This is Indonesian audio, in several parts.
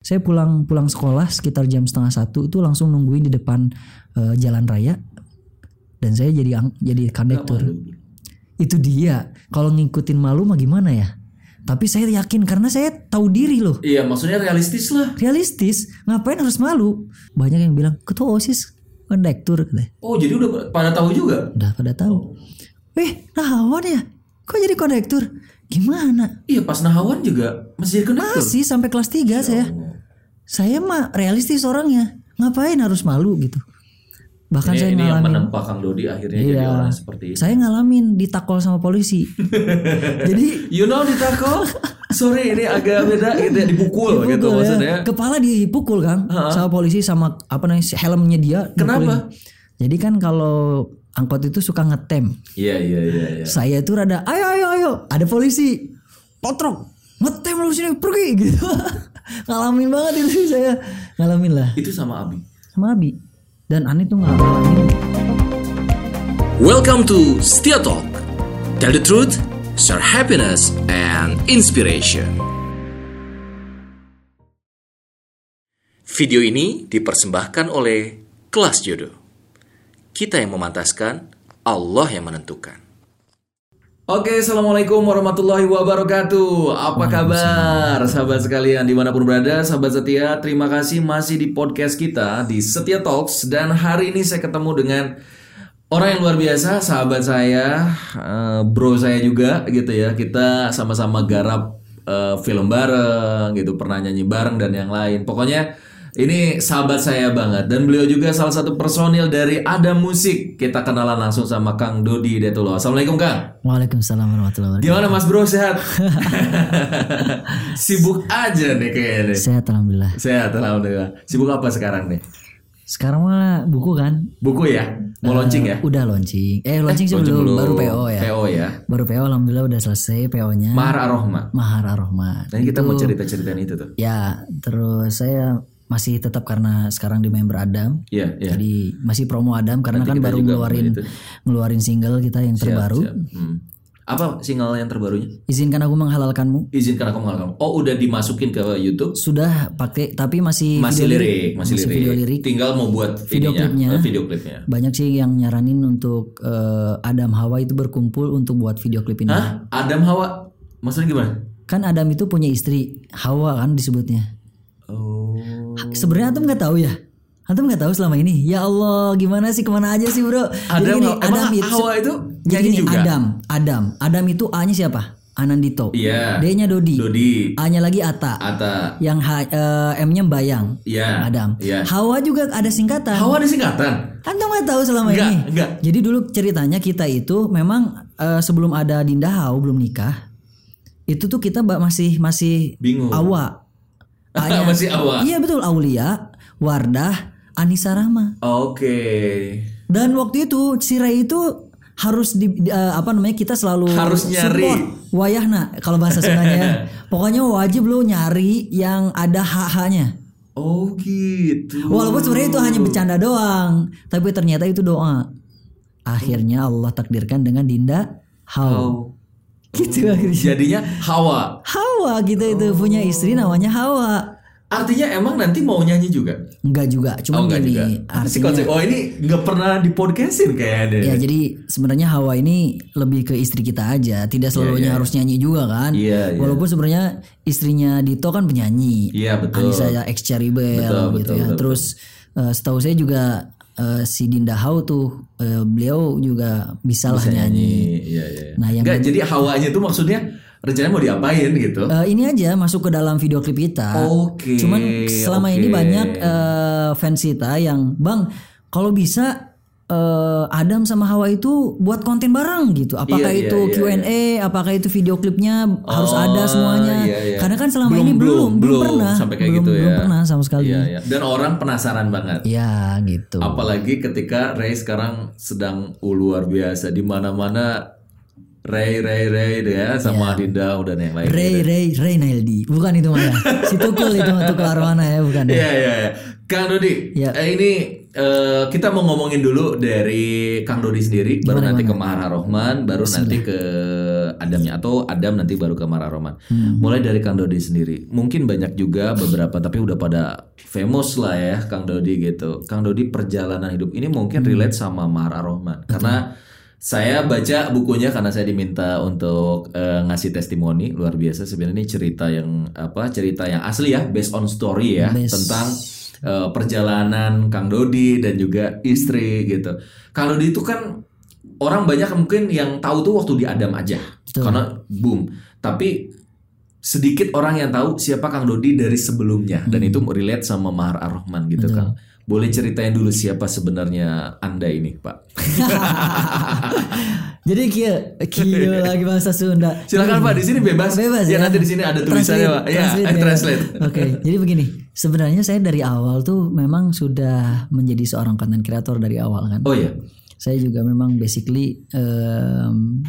saya pulang pulang sekolah sekitar jam setengah satu itu langsung nungguin di depan eh, jalan raya dan saya jadi ang- jadi kondektur itu dia kalau ngikutin malu mah gimana ya tapi saya yakin karena saya tahu diri loh Iya, maksudnya realistis lah. realistis ngapain harus malu banyak yang bilang ketua osis kondektur katanya. Oh, jadi udah pada tahu juga. udah pada tahu eh nah awan ya kok jadi kondektur gimana Iya, pas nahawan juga masih jadi kondektur. masih sampai kelas 3 Ya saya saya mah realistis orangnya ngapain harus malu gitu bahkan kan saya Ini, ini yang ngalamin menempa Kang Dodi akhirnya jadi Iya. orang seperti ini. saya ngalamin ditakol sama polisi jadi You know ditako? Sorry, ini agak beda gitu ya, dipukul, Pukul gitu ya. maksudnya. Kepala dipukul kan sama polisi sama apa namanya si helmnya dia. Kenapa? dipukulin. Jadi kan kalau angkot itu suka ngetem. Iya, iya, iya, iya. Saya itu rada ayo ayo ayo ada polisi potrok ngetem lu sini pergi gitu. ngalamin banget itu saya ngalamin lah Itu sama Abi. sama Abi dan aneh tuh ngalamin Welcome to Setia Talk. Tell the truth, share happiness and inspiration. Video ini dipersembahkan oleh Kelas Jodoh. Kita yang memantaskan, Allah yang menentukan. Oke, assalamualaikum warahmatullahi wabarakatuh. Apa kabar, sahabat sekalian dimanapun berada, sahabat setia. Terima kasih masih di podcast kita di Setia Talks dan hari ini saya ketemu dengan orang yang luar biasa, sahabat saya, eh, bro saya juga gitu ya. Kita sama-sama garap eh, film bareng gitu, pernah nyanyi bareng dan yang lain. Pokoknya ini sahabat saya banget dan beliau juga salah satu personil dari Ada Musik. Kita kenalan langsung sama Kang Dodi Detullah. Assalamualaikum Kang. Waalaikumsalam warahmatullahi wabarakatuh. Gimana Mas Bro sehat? Sibuk aja nih kayaknya. nih. Sehat alhamdulillah. Sehat alhamdulillah. Sibuk apa sekarang nih? Sekarang mah buku kan Buku ya? Mau launching ya? udah launching. Eh launching sih Launching belum, dulu. baru PO ya. PO ya. Baru PO alhamdulillah udah selesai PO-nya. Mahar Ar-Rahman. Mahar Ar-Rahman. Nanti Nah, kita mau cerita-ceritaan itu tuh. Ya, terus saya masih tetap karena sekarang di member Adam. Iya, iya. Jadi masih promo Adam karena kan kita baru juga ngeluarin mau itu. ngeluarin single kita yang terbaru. Siap. Hmm. Apa single yang terbarunya? Izinkan aku menghalalkanmu. Izinkan aku mengalami. Oh, udah dimasukin ke YouTube? Sudah pakai tapi masih Masih video lirik, masih, lirik. video lirik. Tinggal mau buat Video ininya, klipnya. eh, video klipnya. Banyak sih yang nyaranin untuk eh, Adam Hawa itu berkumpul untuk buat video klip ini. Hah? Adam Hawa. Maksudnya gimana? Kan Adam itu punya istri, Hawa kan disebutnya. Oh. Sebenarnya antum nggak tahu ya? Antum nggak tahu selama ini? Ya Allah, gimana sih kemana aja sih bro? Adam, gini, Hawa- emang Hawa itu jadi nyanyi gini, juga? Adam, Adam, Adam itu A-nya siapa? Anandito. Iya. D-nya Dodi. Dodi. A-nya lagi Ata. Ata. Yang H- eh, M-nya Bayang. Iya. Adam. Iya. Hawa juga ada singkatan. Hawa ada singkatan. Antum nggak tahu selama Nggak, ini? nggak. Jadi dulu ceritanya kita itu memang eh, sebelum ada Dinda Hau belum nikah, itu tuh kita ba- masih masih Bingung. Awa. A-nya- Masih Awa. Iya betul Aulia, Wardah, Anissa Rahma. Oke. Dan waktu itu si Ray itu harus di di- eh, apa namanya kita selalu Harus nyari. support wayahna kalau bahasa Sundanya ya. Pokoknya wajib lo nyari yang ada hak-haknya. Oh gitu. Walaupun sebenarnya itu hanya bercanda doang, tapi ternyata itu doa. Akhirnya Allah takdirkan dengan Dinda Hau. Oh. Gitu akhirnya. Jadinya Hawa. Hawa gitu itu punya istri namanya Hawa. Artinya emang nanti mau nyanyi juga. Enggak juga, cuma Oh enggak juga. gini. Apa sih artinya- konsep? Oh ini nggak pernah dipodcastin kayaknya. Ya jadi sebenarnya Hawa ini lebih ke istri kita aja, tidak selalunya harus nyanyi juga kan. Iya, iya. Walaupun sebenarnya istrinya Dito kan penyanyi. Iya, betul. Anissa ya ex Charibel Betul, gitu betul, ya. betul, Terus eh, setahu saya juga eh, si Dinda Hau tuh eh, beliau juga bisa lah nyanyi. Iya iya. Nah, yang- Nggak, jadi Hawanya itu maksudnya rencananya mau diapain gitu. Eh, ini aja masuk ke dalam video klip kita. Oke, Cuman selama ini oke. banyak eh, fans kita yang bang kalau bisa eh, Adam sama Hawa itu buat konten bareng gitu. Apakah Iya, iya, itu iya, Q&A, apakah itu video klipnya harus ada semuanya. iya, iya. Karena kan selama ini belum pernah sampai kayak belum, gitu ya. belum pernah sama sekali. Iya, Iya iya. Dan orang penasaran banget. gitu. Apalagi ketika Ray sekarang sedang uh, luar biasa di mana-mana Ray Ray Ray deh ya sama Dinda udah yang lain. Ray Ray Ray Naildi. Bukan itu mah ya. si Tukul itu mah Tukul Arwana ya bukan. ya. Iya iya. iya. Kang Dodi, Iya. eh, ini eh, kita mau ngomongin dulu dari Kang Dodi sendiri, baru nanti ke Mahara Rohman, baru nanti ke Adamnya atau Adam nanti baru ke Mahara Rohman. Mulai dari Kang Dodi sendiri. Mungkin banyak juga beberapa tapi udah pada famous lah ya Kang Dodi gitu. Kang Dodi perjalanan hidup ini mungkin relate sama Mahara Rohman karena saya baca bukunya karena saya diminta untuk eh, ngasih testimoni luar biasa sebenarnya ini cerita yang apa cerita yang asli ya based on story ya Based. tentang eh, perjalanan Kang Dodi dan juga istri gitu. Kang Dodi itu kan orang banyak mungkin yang tahu tuh waktu di Adam aja Betul. karena boom. Tapi sedikit orang yang tahu siapa Kang Dodi dari sebelumnya dan itu relate sama Mahar Ar-Rahman gitu Hmm. Betul. Kang. Boleh ceritain dulu siapa sebenarnya Anda ini, Pak? Jadi kia kia lagi bahasa Sunda. Silakan Pak, di sini bebas. Bebas ya. ya, nanti di sini ada tulisannya, Pak. Ya, translate I translate. Oke, jadi begini. Sebenarnya saya dari awal tuh memang sudah menjadi seorang content creator dari awal kan. Oh ya. Saya juga memang basically em,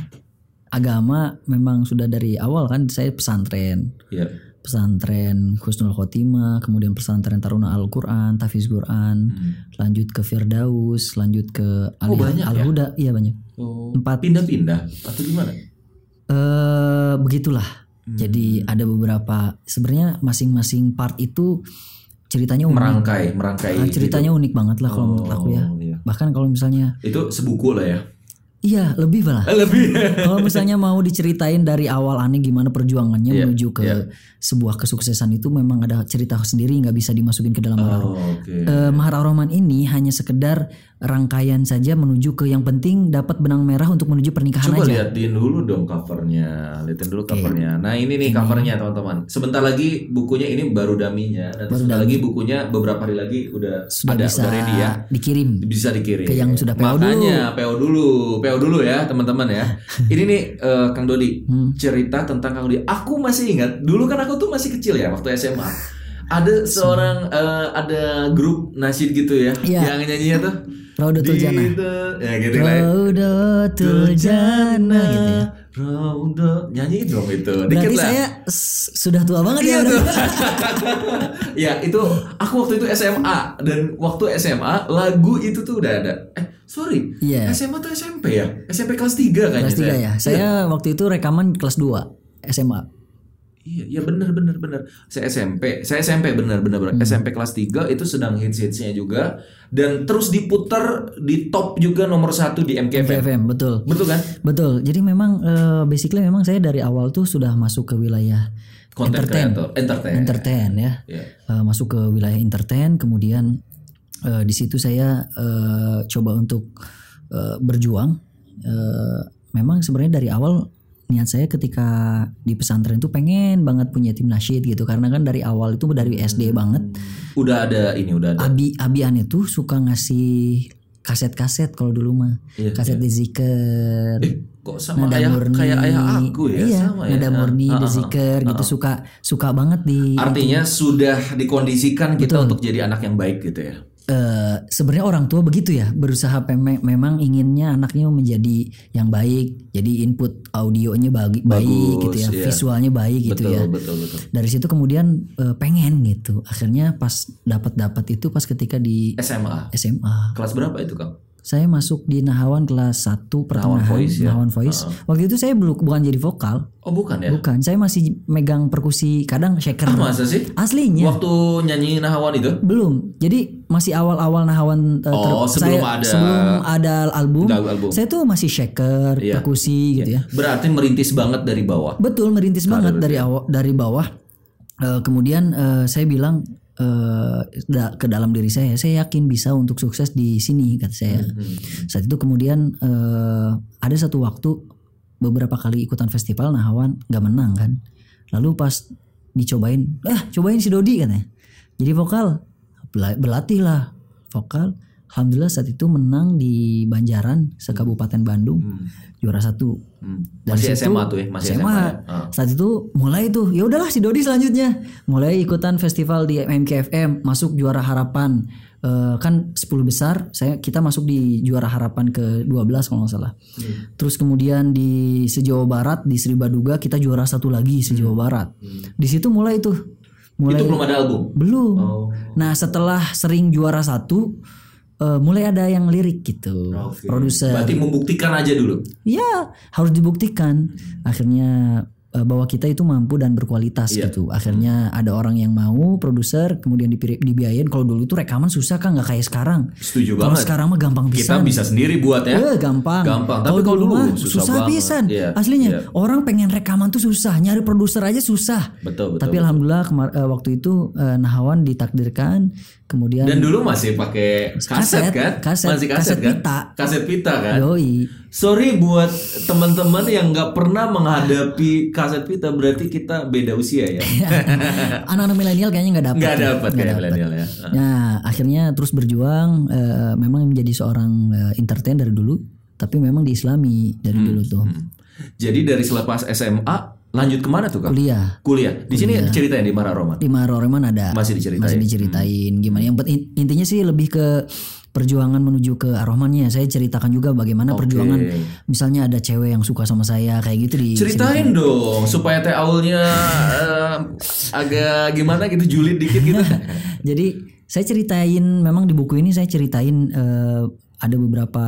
agama memang sudah dari awal kan saya pesantren. Ya. Pesantren Husnul Khotimah, kemudian pesantren Taruna Al-Qur'an, Tahfiz Qur'an, Hmm. lanjut ke Firdaus, lanjut ke Al- Oh, banyak ya? Al-Huda, iya banyak. Oh, Empat. pindah-pindah atau gimana? eh begitulah. Hmm. Jadi ada beberapa sebenarnya masing-masing part itu ceritanya unik. Merangkai, merangkai. Oh, Ah, ceritanya unik banget lah gitu. kalau menurut aku ya. Oh, iya. Bahkan kalau misalnya Itu sebuku lah ya. iya, lebih malah. Lebih. kalau misalnya mau diceritain dari awal aneh gimana perjuangannya Iya, menuju ke iya. sebuah kesuksesan itu memang ada cerita sendiri nggak bisa dimasukin ke dalam Mahar Oh, oke. Eh, Mahar Ar-Rahman ini hanya sekedar rangkaian saja menuju ke yang penting dapat benang merah untuk menuju pernikahan Coba aja. liatin dulu dong covernya, liatin dulu covernya. Nah ini nih covernya teman-teman. Sebentar lagi bukunya ini baru daminya, dan Baru sebentar lagi bukunya beberapa hari lagi udah Sudah ada, bisa udah ready ya. dikirim. Bisa dikirim. Ke yang sudah PO Makanya PO dulu, PO dulu ya teman-teman ya. ini nih eh, Kang Dodi Hmm. cerita tentang Kang Dodi. Aku masih ingat dulu kan aku tuh masih kecil ya waktu SMA. Ada seorang eh, ada grup nasyid gitu ya, Iya. yang nyanyinya tuh. Raudatul Di- Jannah. Ya gitu lah ya. Raudatul Jannah gitu ya. Rauda. Nyanyi dong itu. Dikit Berarti lah. saya s- sudah tua banget ya. Iya tuh. berarti. ya itu aku waktu itu SMA dan waktu SMA lagu itu tuh udah ada. Eh sorry. Iya. SMA tuh SMP ya? SMP kelas kan gitu 3 kayaknya. Kelas 3 saya. ya. Saya waktu itu rekaman kelas 2 SMA. Iya, iya bener bener bener. Saya SMP, saya SMP bener bener Hmm. bener. SMP kelas 3 itu sedang hits hitsnya juga dan terus diputar di top juga nomor satu di MKFM. FM betul. Betul kan? Betul. Jadi memang eh, basically memang saya dari awal tuh sudah masuk ke wilayah Content entertain. creator, entertain. Entertain ya. Iya. Eh, masuk ke wilayah entertain kemudian eh, di situ saya eh, coba untuk eh, berjuang Eh, memang sebenarnya dari awal niat saya ketika di pesantren itu pengen banget punya tim nasyid gitu karena kan dari awal itu dari SD Hmm. banget Udah ada ini, udah ada. Abi Abian itu suka ngasih kaset-kaset kalau dulu mah Iya, kaset iya. The Zikr Eh, kok sama ayah kayak ayah aku ya iya, sama ya. Nada Murni Ah, ah, The ah. Zikr gitu suka suka banget di Artinya sudah dikondisikan kita untuk jadi anak yang baik gitu ya. eh sebenarnya orang tua begitu ya berusaha peme- memang inginnya anaknya menjadi yang baik jadi input audionya bagi- baik Bagus, gitu ya iya. visualnya baik gitu betul, ya betul, betul. dari situ kemudian eh, pengen gitu akhirnya pas dapat dapat itu pas ketika di SMA. SMA Kelas berapa itu, Kang? saya masuk di Nahawan kelas 1 pertengahan Voice ya. Nahawan Voice waktu itu saya belum bukan jadi vokal Oh, bukan ya? bukan saya masih megang perkusi kadang shaker Ah, masa sih? aslinya Waktu nyanyi Nahawan itu? belum. Jadi masih awal-awal Nahawan eh, ter- Oh, sebelum ada- sebelum ada album. Ada album. Saya tuh masih shaker, Iya. perkusi gitu ya. Berarti merintis banget dari bawah. Betul ngerintis banget dari ya. awal dari bawah. Eh, kemudian eh, saya bilang eh, da- ke dalam diri saya, saya yakin bisa untuk sukses di sini kata saya. Saat itu kemudian eh, ada satu waktu beberapa kali ikutan festival Nahawan nggak menang kan. Lalu pas dicobain, ah cobain si Dodi katanya. Jadi vokal bela- berlatih lah vokal. Alhamdulillah saat itu menang di Banjaran sekabupaten Bandung Hmm. juara satu Hmm. dari Masih situ- SMA tuh ya, masih SMA. ya? Ah. Saat itu mulai tuh, ya udahlah si Dodi selanjutnya mulai ikutan festival di MKFM, masuk juara harapan. Eh, kan 10 besar, saya kita masuk di juara harapan ke-12 kalau nggak salah. Hmm. Terus kemudian di sejawa barat di Sri Baduga kita juara satu lagi sejawa Hmm. barat. Di situ mulai tuh mulai Itu belum ada album. belum. Oh. Nah setelah sering juara satu, eh, mulai ada yang lirik gitu Oh, Oke. produser Berarti membuktikan aja dulu. ya harus dibuktikan Hmm. akhirnya eh, bahwa kita itu mampu dan berkualitas Iya. gitu akhirnya ada orang yang mau produser kemudian dipiri- dibiayain kalau dulu itu rekaman susah kan nggak kayak sekarang Setuju kalau banget. sekarang mah gampang Kita pisan bisa sendiri buat ya. Eh, gampang. Gampang. Kalau Tapi kalau dulu dulu mah susah susah, banget. pisan. Iya, Aslinya iya. orang pengen rekaman tuh susah, nyari produser aja susah. Betul, betul. Tapi alhamdulillah kemar- eh, waktu itu eh, Nahawan ditakdirkan, kemudian Dan dulu masih pakai kaset, Kaset, kan? kaset, masih kaset kaset, kan? pita. Kaset pita kan? Yoi. Sorry buat teman-teman yang nggak pernah menghadapi kaset pita berarti kita beda usia ya. Anak-anak milenial kayaknya nggak dapat. Nggak ya. dapat Nggak kayak dapat. milenial ya. Nah, akhirnya terus berjuang eh, memang menjadi seorang eh, entertain dari dulu, tapi memang diislami dari dulu tuh. hmm. Jadi dari selepas SMA lanjut kemana tuh kak? Kuliah Kuliah. Di sini ceritain di Mara Roma. di Maroreman ada. Masih diceritain. Masih diceritain gimana yang penting intinya sih lebih ke perjuangan menuju ke Ar-Rahmannya. Saya ceritakan juga bagaimana perjuangan misalnya ada cewek yang suka sama saya kayak gitu di Ceritain dong supaya teh aulnya eh, agak gimana gitu julid dikit gitu. Jadi saya ceritain memang di buku ini saya ceritain eh, ada beberapa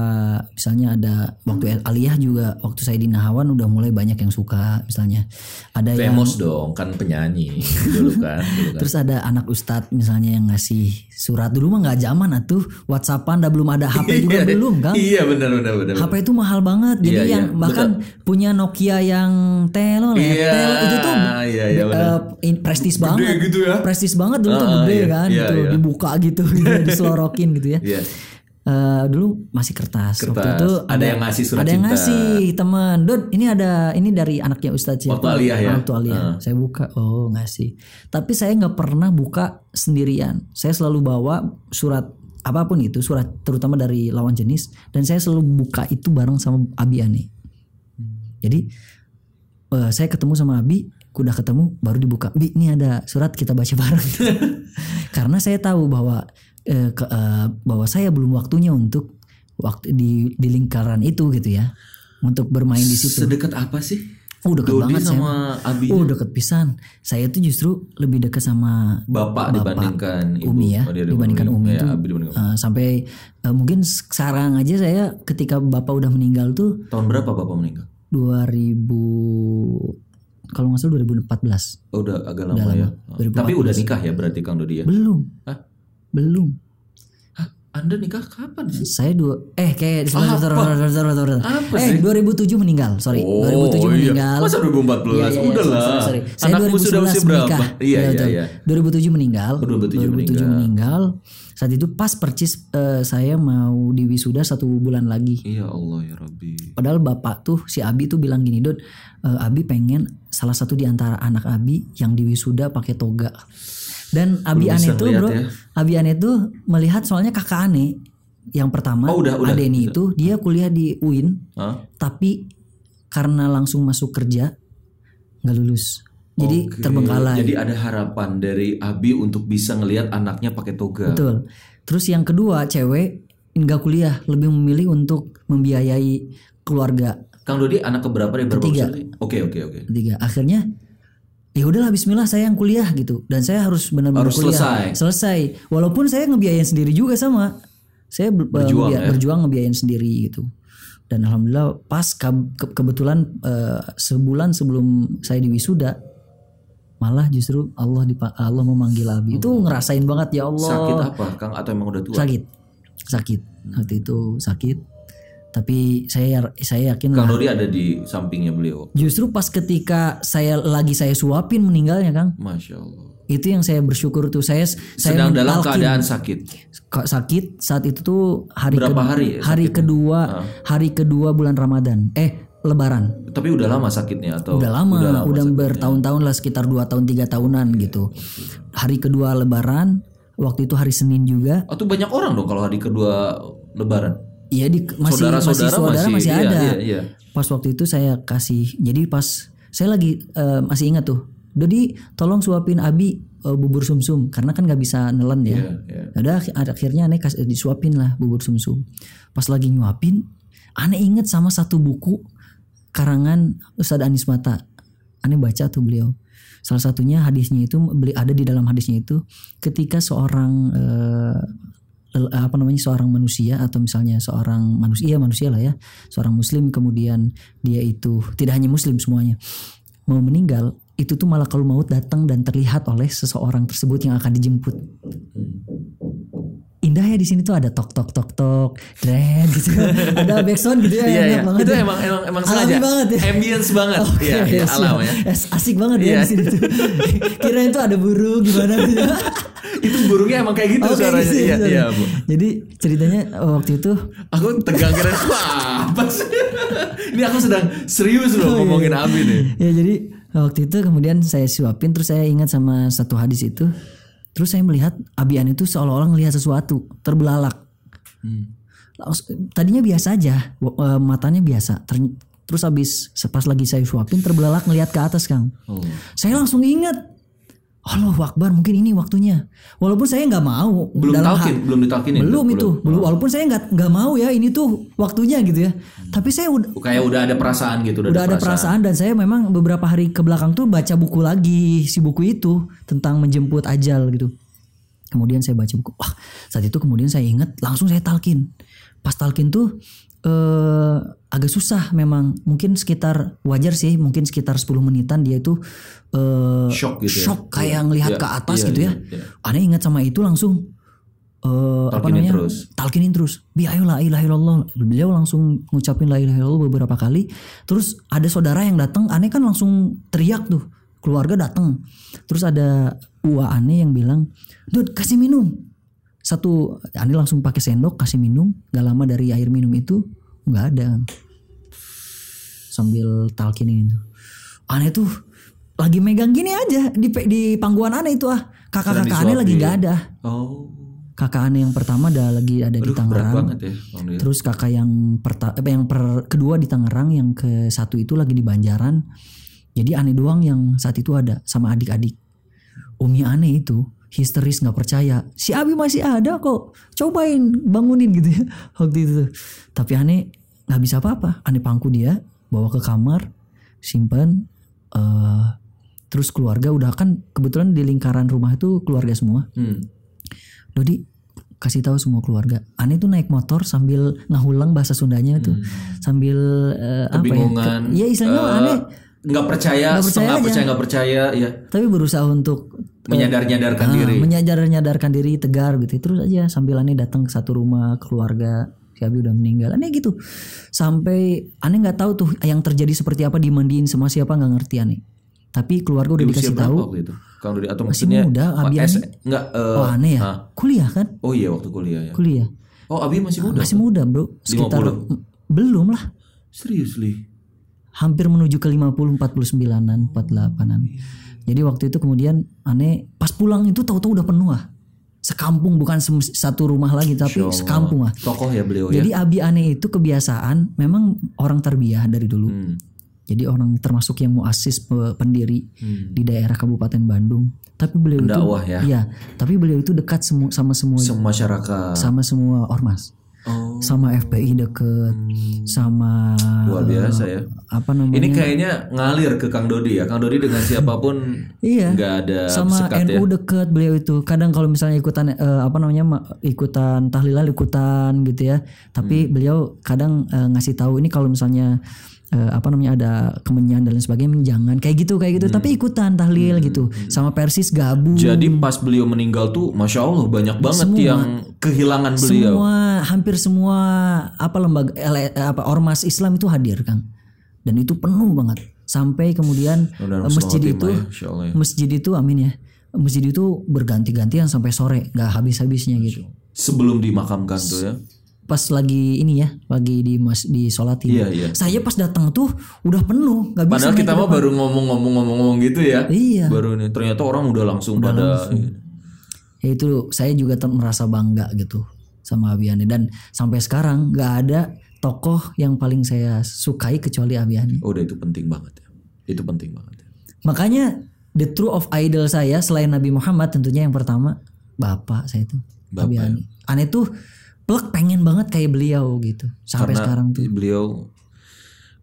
misalnya ada waktu Hmm. Aliyah juga waktu saya di Nahawan udah mulai banyak yang suka misalnya. Ada yang Famous dong kan penyanyi dulu kan. Dulu kan. Terus ada anak ustadz misalnya yang ngasih surat dulu mah nggak zaman atuh WhatsAppan dah belum ada HP juga belum kan Iya benar benar benar. HP itu mahal banget. Jadi Iya, yang iya, bahkan punya Nokia yang telo ya, Iya, telo itu tuh iya, iya, eh, benar. in- prestis banget. gitu ya. Prestis banget dulu tuh Ah, gede iya, kan, iya, gitu iya. dibuka gitu, gitu, diselorokin gitu ya. Iya. Eh, dulu masih kertas. Waktu Kertas. itu Ada yang ngasih surat Ada yang cinta. ngasih teman. Dud, ini ada ini dari anaknya Ustadz siapa? Ah, Waktu Aliyah ya? Waktu Aliyah. Saya buka, oh ngasih. Tapi saya nggak pernah buka sendirian. Saya selalu bawa surat apapun itu, surat terutama dari lawan jenis dan saya selalu buka itu bareng sama Abi Ani. Jadi eh, saya ketemu sama Abi, udah ketemu baru dibuka. Bi, ini ada surat kita baca bareng. Karena saya tahu bahwa eh, ke- eh, bahwa saya belum waktunya untuk waktu di di lingkaran itu gitu ya. Untuk bermain di situ. Sedekat apa sih? Oh, deket Dodi banget saya. sama Abi. Oh, deket pisan. Saya tuh justru lebih dekat sama Bapak, dibandingkan ibu. Umi ya, Oh, dia dibandingkan Umi Ya, itu Abi dibandingkan. eh, sampai eh, mungkin sekarang aja saya ketika bapak udah meninggal tuh Tahun berapa bapak meninggal? 2000 kalau nggak salah 2014 Oh, udah agak lama lama. ya. 2014. Tapi udah nikah ya berarti Kang Dodi ya? belum Hah? belum Hah, Anda nikah kapan sih? saya dua eh kayak sebentar, sebentar, sebentar, sebentar, sebentar, sebentar. Oh, Apa eh 2007 meninggal sorry 2007 iya. meninggal Masa 2014? Iya, iya, iya, Udah lah. sorry, sorry, sorry. Saya Anakmu 2011 sudah usia berapa? menikah. Iya, Iya, iya, betul. iya. 2007 meninggal 2007 meninggal. meninggal. saat itu pas percis eh, saya mau diwisuda satu bulan lagi Iya Allah ya Rabbi. padahal bapak tuh si Abi tuh bilang gini Dod eh, Abi pengen salah satu di antara anak Abi yang diwisuda pakai toga dan Abi Belum bisa Ane tuh ngeliat bro ya. Abi Ane tuh melihat soalnya kakak Ane yang pertama Oh, udah, udah, Adeni udah. itu dia kuliah di UIN Hah? tapi karena langsung masuk kerja nggak lulus jadi Oke. terbengkalai Jadi ada harapan dari Abi untuk bisa ngelihat anaknya pakai toga. betul terus yang kedua cewek nggak kuliah lebih memilih untuk membiayai keluarga Kang Dodi anak keberapa dia berapa Ketiga. usia sih? Oke oke oke. ketiga akhirnya ya udahlah Bismillah saya yang kuliah gitu dan saya harus benar-benar Harus kuliah selesai. walaupun saya ngebiayain sendiri juga sama saya ber- eh, Berjuang, ngebia- ya. berjuang ngebiayain sendiri gitu dan alhamdulillah pas ke- ke- kebetulan eh, sebulan sebelum saya diwisuda malah justru Allah dipa- Allah memanggil Abi itu ngerasain banget ya Allah Sakit apa Kang atau emang udah tua? sakit sakit waktu itu sakit tapi saya saya yakin Kang lah, Dodi ada di sampingnya beliau. justru pas ketika saya lagi saya suapin meninggalnya Kang Masya Allah. itu yang saya bersyukur tuh saya saya Sedang dalam mentalkin. keadaan sakit. Ka- sakit saat itu tuh hari Berapa hari ya sakitnya? kedua hari kedua bulan Ramadan eh Lebaran Tapi udah lama sakitnya atau? udah lama udah, Oh, sakitnya? bertahun-tahun lah sekitar dua tahun tiga tahunan gitu hari kedua Lebaran waktu itu hari Senin juga Oh, tuh banyak orang dong kalau hari kedua Lebaran. iya di masih masih Saudara-saudara saudara masih, iya, ada Iya, iya. pas waktu itu saya kasih jadi pas saya lagi eh, masih ingat tuh Dodi tolong suapin Abi eh, bubur sumsum karena kan nggak bisa nelen ya Iya, iya. ada akhirnya aneh kas- disuapin lah bubur sumsum pas lagi nyuapin aneh inget sama satu buku karangan Ustadz Anis Mata aneh baca tuh beliau salah satunya hadisnya itu beli ada di dalam hadisnya itu ketika seorang eh, lel- apa namanya seorang manusia atau misalnya seorang manusia iya, manusia lah ya seorang muslim kemudian dia itu tidak hanya muslim semuanya mau meninggal itu tuh malakul maut datang dan terlihat oleh seseorang tersebut yang akan dijemput indahnya di sini tuh ada tok tok tok tok dread gitu ada backsound gitu ya Iya, enak iya. banget Itu ya. emang emang emang Alami sengaja. banget ya. Ambience banget. Oke, Iya, iya, siap. alam ya. As- asik banget Iya. ya di sini tuh kirain tuh ada burung gimana gitu Itu burungnya emang kayak gitu Oke, suaranya. gitu, Iya, gitu. iya, Bu. jadi ceritanya waktu itu Aku tegang kira apa sih? Ini aku sedang Oh, serius iya, loh ngomongin Abi nih. ya jadi waktu itu kemudian saya suapin terus saya ingat sama satu hadis itu terus saya melihat Abian itu seolah-olah melihat sesuatu terbelalak Hmm. Langsung- tadinya biasa aja w- eh, matanya biasa Ter- terus habis pas lagi saya suapin terbelalak ngelihat ke atas kang Oh. saya langsung ingat Allah Akbar mungkin ini waktunya walaupun saya nggak mau Belum dalam talkin, hal- belum ditalkinin. belum itu belum walaupun saya nggak nggak mau ya ini tuh waktunya gitu ya Hmm. tapi saya udah Kayak udah ada perasaan gitu, udah, udah ada perasaan. dan saya memang beberapa hari ke belakang tuh baca buku lagi si buku itu tentang menjemput ajal gitu kemudian saya baca buku wah saat itu kemudian saya ingat langsung saya talkin pas talkin tuh eh, agak susah memang mungkin sekitar wajar sih mungkin sekitar 10 menitan dia itu eh, Shock gitu ya. shock kayak ngelihat Iya, ke atas iya, gitu ya iya, iya. Aneh ingat sama itu langsung eh apa Talkinin namanya terus. talkinin terus bi ayo la ilaha illallah beliau langsung ngucapin la ilaha illallah beberapa kali terus ada saudara yang datang aneh kan langsung teriak tuh keluarga datang terus ada uwa aneh yang bilang dud kasih minum satu aneh langsung pakai sendok kasih minum gak lama dari air minum itu nggak ada sambil talkinin itu aneh tuh lagi megang gini aja di pe- di pangkuan aneh itu ah kakak kakak aneh lagi disuapin. nggak ada Oh. kakak aneh yang pertama ada lagi ada di Aduh, berat Tangerang banget ya. Bang Dio. terus kakak yang perta eh, yang per- kedua di Tangerang yang ke satu itu lagi di Banjaran jadi aneh doang yang saat itu ada sama adik-adik umi aneh itu histeris nggak percaya si Abi masih ada kok cobain bangunin gitu ya waktu itu tuh. tapi aneh nggak bisa apa-apa aneh pangku dia bawa ke kamar simpan eh, terus keluarga udah kan kebetulan di lingkaran rumah itu keluarga semua Hmm. ya? Dodi kasih tahu semua keluarga. Aneh tuh naik motor sambil ngahulang bahasa Sundanya tuh. Sambil eh, apa ya? Hmm. Kebingungan. Ke- Iya istilahnya mah eh, aneh, nggak Nggak percaya, percaya setengah aja. percaya, nggak percaya, ya tapi berusaha untuk menyadar-nyadarkan Ah, diri. menyadar-nyadarkan diri tegar gitu. Terus aja sambil aneh datang ke satu rumah keluarga si Abi udah meninggal. Aneh gitu. Sampai aneh nggak tahu tuh yang terjadi seperti apa dimandiin sama siapa nggak ngerti aneh. Tapi keluarga udah Di usia dikasih berapa tahu. waktu itu? Kalau dari atau Masih maksudnya muda, Abi S- Ani. nggak, eh, Oh aneh ya. ah. Kuliah kan? Oh iya waktu kuliah ya. Kuliah. Oh Abi masih muda. Masih muda, Bro. Sekitar 50. m- belum lah. Serius li. hampir menuju ke 50 49-an 48-an. Jadi waktu itu kemudian aneh pas pulang itu tahu-tahu udah penuh ah. Sekampung bukan sem- satu rumah lagi tapi Masya Allah. sekampung ah. Tokoh ya beliau Jadi ya. abi aneh itu kebiasaan memang orang terbiah dari dulu. Hmm. Jadi orang termasuk yang muasis pe- pendiri Hmm. di daerah Kabupaten Bandung. Tapi beliau Pendakwah itu ya. Iya, tapi beliau itu dekat semu- sama semua Semua masyarakat. sama semua ormas. Oh. Hmm. Sama FPI deket sama Luar biasa ya. apa namanya? Ini kayaknya ngalir ke Kang Dodi ya. Kang Dodi dengan siapapun Iya. nggak ada sama sekat ya. NU deket beliau itu kadang kalau misalnya ikutan eh, apa namanya ma- ikutan tahlilan ikutan gitu ya Hmm. tapi beliau kadang eh, ngasih tahu ini kalau misalnya eh, apa namanya ada kemenyan dan lain sebagainya jangan kayak gitu kayak gitu tapi ikutan tahlil gitu sama persis gabung Hmm. Jadi pas beliau meninggal tuh, masya Allah banyak banget Semua. yang kehilangan beliau. semua hampir semua apa lembaga ele- apa ormas Islam itu hadir Kang dan itu penuh banget sampai kemudian Mudah-mudahan eh, masjid semua itu khotimah ya, insya Allah ya. masjid itu amin ya masjid itu berganti-gantian sampai sore nggak habis-habisnya gitu Sebelum dimakamkan tuh ya. pas lagi ini ya lagi di mas di sholatin Iya, iya. saya pas datang tuh udah penuh nggak bisa Padahal naik kita ke mah depan. baru ngomong-ngomong-ngomong gitu ya. iya Baru nih ternyata orang udah langsung pada ya itu saya juga ter- merasa bangga gitu sama Abiani dan sampai sekarang nggak ada tokoh yang paling saya sukai kecuali Abiani Oh, udah itu penting banget ya. Itu penting banget. ya. Makanya the true of idol saya selain Nabi Muhammad tentunya yang pertama bapak saya itu. Bapak Abi ya. Ani. Aneh tuh plek pengen banget kayak beliau gitu sampai Karena sekarang tuh. beliau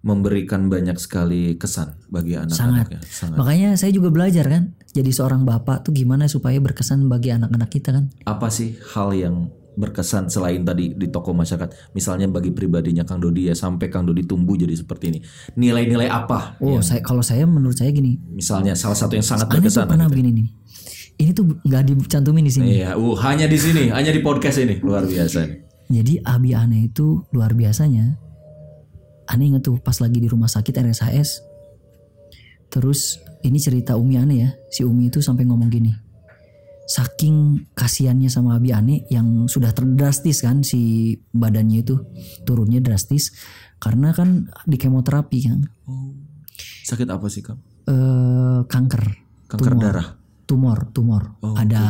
memberikan banyak sekali kesan bagi anak-anaknya. Sangat. Makanya saya juga belajar kan jadi seorang bapak tuh gimana supaya berkesan bagi anak-anak kita kan. Apa sih hal yang berkesan selain tadi di tokoh masyarakat? Misalnya bagi pribadinya Kang Dodi ya sampai Kang Dodi tumbuh jadi seperti ini. Nilai-nilai apa? Oh, saya kalau saya menurut saya gini, Misalnya salah satu yang Iya. sangat aneh tuh berkesan. pernah begini nih. Ini tuh nggak dicantumin di sini. Iya, uh, hanya di sini, hanya di podcast ini luar biasa. nih. Jadi Abi Aneh itu luar biasanya. Aneh inget tuh pas lagi di rumah sakit RSHS. Terus ini cerita Umi Aneh ya. Si Umi itu sampai ngomong gini. Saking kasihannya sama Abi Aneh yang sudah terdrastis kan si badannya itu turunnya drastis karena kan di kemoterapi kan Oh, sakit apa sih Kang? eh, kanker, Kanker tumor, darah. tumor, tumor. Oh, Ada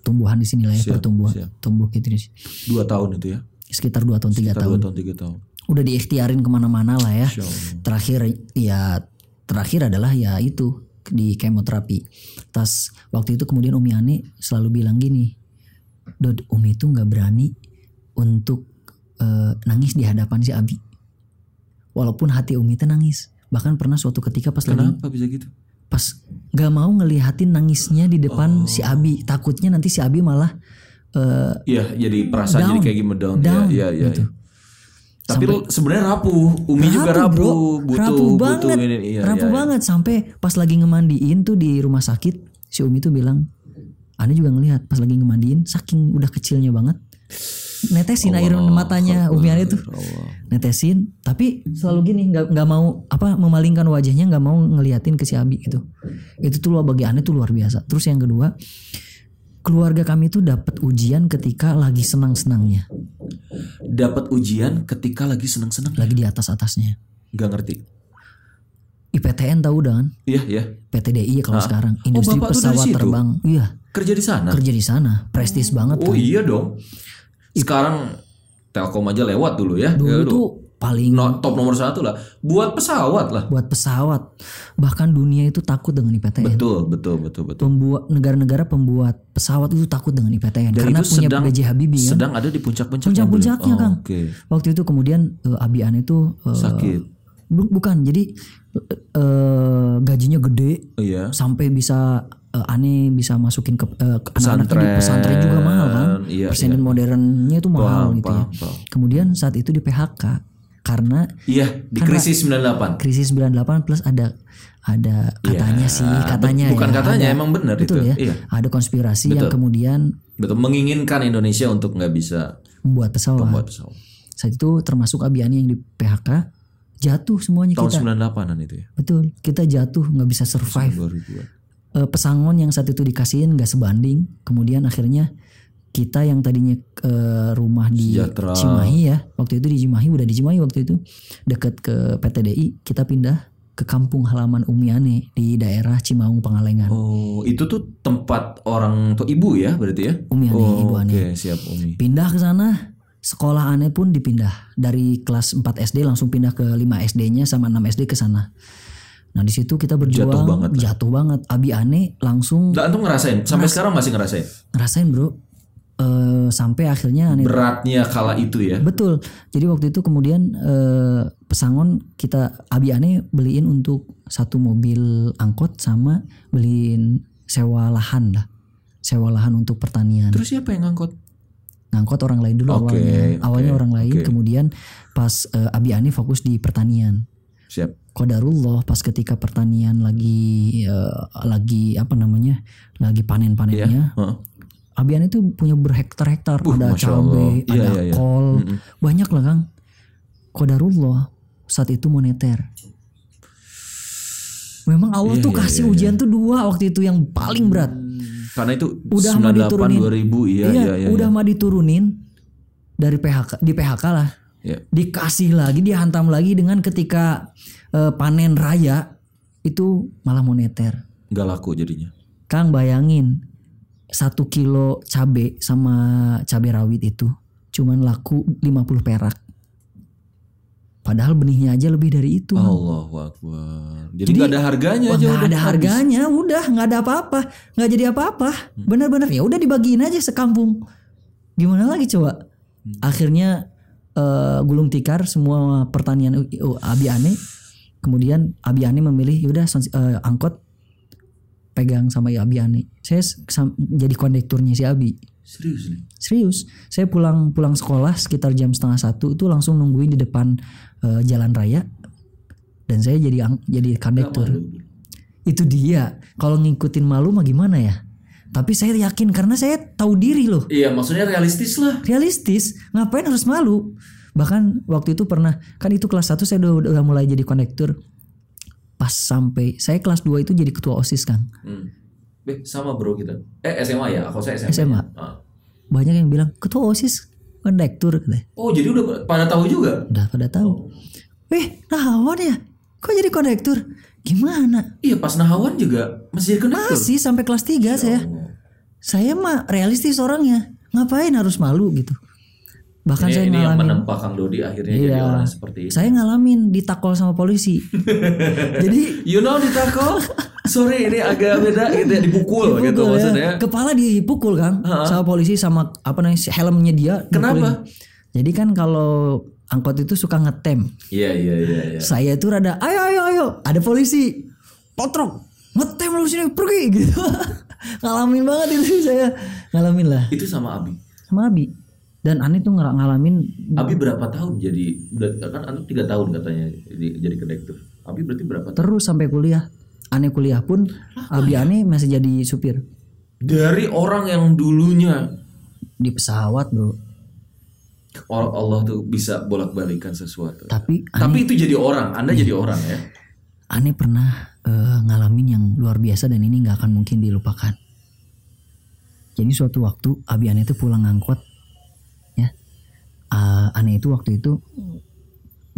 tumbuhan di sini lah ya Siap, pertumbuhan, siap. tumbuh gitu di- Dua tahun itu ya? sekitar 2 tahun 3 tahun. Sekitar Ya. dua tahun tiga tahun. udah diikhtiarin kemana-mana lah ya. Insya Allah. Terakhir ya terakhir adalah ya itu di kemoterapi. Tas waktu itu kemudian Umi Ani selalu bilang gini, Dod Umi itu nggak berani untuk eh, nangis di hadapan si Abi. Walaupun hati Umi itu nangis. Bahkan pernah suatu ketika pas lagi Kenapa bisa gitu? pas nggak mau ngelihatin nangisnya di depan si Abi, takutnya nanti si Abi malah eh, Iya, jadi perasaan Down. jadi kayak gimana down. Down, Iya, iya, iya. gitu. Tapi lu sebenarnya rapuh, Umi juga rapuh, butuh rapuh butuh banget, ini iya, rapuh iya, iya. banget sampai pas lagi ngemandiin tuh di rumah sakit si Umi tuh bilang, Ane juga ngelihat pas lagi ngemandiin saking udah kecilnya banget, netesin air Oh, matanya Umi Ane tuh, Allah. netesin, tapi selalu gini nggak nggak mau apa memalingkan wajahnya nggak mau ngeliatin ke si Abi gitu, itu tuh luar- bagi Ane tuh luar biasa. Terus yang kedua keluarga kami tuh dapat ujian ketika lagi senang-senangnya, Dapat ujian ketika lagi seneng-seneng lagi di atas-atasnya. Gak ngerti. IPTN tahu kan? dengan Iya, iya. PTDI ya kalau sekarang industri Oh, bapak tuh dari pesawat situ? terbang iya Kerja di sana. kerja di sana prestis banget Nah. Oh kan iya dong. Sekarang Telkom aja lewat dulu ya. dulu Ya, tuh paling No- top nomor satu lah. Buat pesawat lah. buat pesawat bahkan dunia itu takut dengan IPTN Betul, betul, betul, betul. pembuat negara-negara pembuat pesawat itu takut dengan IPTN Dan karena itu punya sedang- BJ Habibie kan Sedang ada di puncak-puncaknya. Puncak-puncaknya, belum? Kang. Oke. waktu itu kemudian eh, Abi Ane itu eh, Sakit. bu- bukan jadi eh, eh, gajinya gede Iya. sampai bisa eh, Ane bisa masukin ke, eh, ke anak-anak di Pesantren. pesantren juga mahal kan Iya, pesantren iya. modernnya itu mahal Paham, gitu paham, ya paham. kemudian saat itu di PHK karena Iya, di Karena- krisis 98. krisis 98 plus ada ada katanya Iya, sih katanya bu- bukan ya, katanya, ada- emang benar betul itu, ya iya. ada konspirasi yang Betul. kemudian Betul, menginginkan Indonesia untuk nggak bisa membuat pesawat membuat pesawat. saat itu termasuk Abiani yang di PHK jatuh semuanya Tahun kita 98-an itu ya. betul kita jatuh nggak bisa survive 2000-an. Eh, pesangon yang saat itu dikasihin nggak sebanding kemudian akhirnya kita yang tadinya eh, rumah di Sejahtera. Cimahi ya waktu itu di Cimahi udah di Cimahi waktu itu deket ke PTDI kita pindah ke kampung halaman Umiane di daerah Cimaung Pangalengan Oh, itu tuh tempat orang tuh ibu ya berarti ya? Umi Ani, oh, Iya ibu Ani. Oke, siap Umi. Pindah ke sana, sekolah aneh pun dipindah dari kelas 4 SD langsung pindah ke 5 SD-nya sama 6 SD ke sana. Nah, di situ kita berjuang Jatuh banget ya? lah. jatuh banget. Abi aneh langsung Nah, antum ngerasain sampai sekarang masih ngerasain ngerasain, Bro. Eh, sampai akhirnya aneh Iya. beratnya kala itu ya. Betul. Jadi waktu itu kemudian eh, pesangon kita Abi Ane beliin untuk satu mobil angkot sama beliin sewa lahan lah. Sewa lahan untuk pertanian. Terus siapa yang ngangkut? ngangkot orang lain dulu Oke, awalnya. oke, Awalnya orang lain, oke. kemudian pas eh, Abi Ani fokus di pertanian. Siap. Kodarullah pas ketika pertanian lagi eh, lagi apa namanya? lagi panen-panennya. Heeh. Abi Ani tuh punya berhektar-hektar, Uh, ada Masya Allah. cabai, Iya, ada iya, iya. kol, Mm-mm. banyak lah Kang. Kodarullah saat itu moneter. Memang Allah Iya, tuh iya, kasih iya, iya. ujian tuh dua waktu itu yang paling berat. Karena itu Udah mau 98 diturunin. 2000 iya iya Iya, iya. udah mah diturunin dari PHK di PHK lah Iya. dikasih lagi dihantam lagi dengan ketika eh, panen raya itu malah moneter Nggak laku jadinya. Kang bayangin satu kilo cabe sama cabe rawit itu cuman laku 50 perak padahal benihnya aja lebih dari itu Kang. Allahu Akbar. Jadi Jadi, nggak ada harganya Wah, aja. nggak udah ada habis. harganya udah nggak ada apa-apa nggak jadi apa-apa Hmm. bener-bener ya udah dibagiin aja sekampung gimana lagi coba Hmm. akhirnya eh, gulung tikar semua pertanian U- U- Abi Ane kemudian Abi Ane memilih yaudah sans- eh, angkot pegang sama Abi Ane saya s- sam- jadi kondekturnya si Abi Serius nih. Serius, saya pulang pulang sekolah sekitar jam setengah satu itu langsung nungguin di depan eh, jalan raya dan saya jadi ang- jadi kondektur. Itu dia. Kalau ngikutin malu mah gimana ya? Tapi saya yakin karena saya tahu diri loh. Iya, maksudnya realistis lah. Realistis, ngapain harus malu? Bahkan waktu itu pernah kan itu kelas 1 saya udah, udah mulai jadi kondektur. Pas sampai saya kelas 2 itu jadi ketua OSIS, Kang. Hmm. Eh, sama bro kita. Eh, SMA ya? Aku saya SMA. SMA. Ah. Banyak yang bilang, "Ketua OSIS kondektur." katanya. Oh, jadi udah pada tahu juga. Udah pada tahu. Weh, nahawan ya? Kok jadi kondektur? Gimana? Iya, pas nahawan juga masih jadi kondektur. Masih sampai kelas 3 saya. Oh. Saya mah realistis orangnya. Ngapain harus malu gitu. Bahkan ini, saya ini yang ngalamin. menempa Kang Dodi akhirnya jadi Iya. orang seperti ini. Saya ngalamin ditakol sama polisi. jadi You know ditakol? Sorry, ini agak beda gitu ya, dipukul, gitu dipukul ya. maksudnya. Kepala dipukul kan sama polisi sama apa namanya si helmnya dia. Kenapa? dipukulin. Jadi kan kalau angkot itu suka ngetem. Iya, iya, iya, iya. Saya itu rada ayo ayo ayo ada polisi potrok ngetem lu sini pergi gitu. ngalamin banget itu saya ngalamin lah Itu sama Abi. sama Abi. Dan aneh tuh ngera- ngalamin Abi berapa tahun jadi udah- kan Anu tiga tahun katanya jadi, jadi kondektur. Abi berarti berapa tahun? terus sampai kuliah. Aneh kuliah pun Abi aneh masih jadi supir Dari orang yang dulunya di pesawat, Bro. orang Allah tuh bisa bolak-balikan sesuatu. Tapi Tapi itu jadi orang, Anda jadi orang ya. Ane pernah eh, ngalamin yang luar biasa dan ini nggak akan mungkin dilupakan. Jadi suatu waktu Abi Ane itu pulang angkot, ya. Eh, Ane itu waktu itu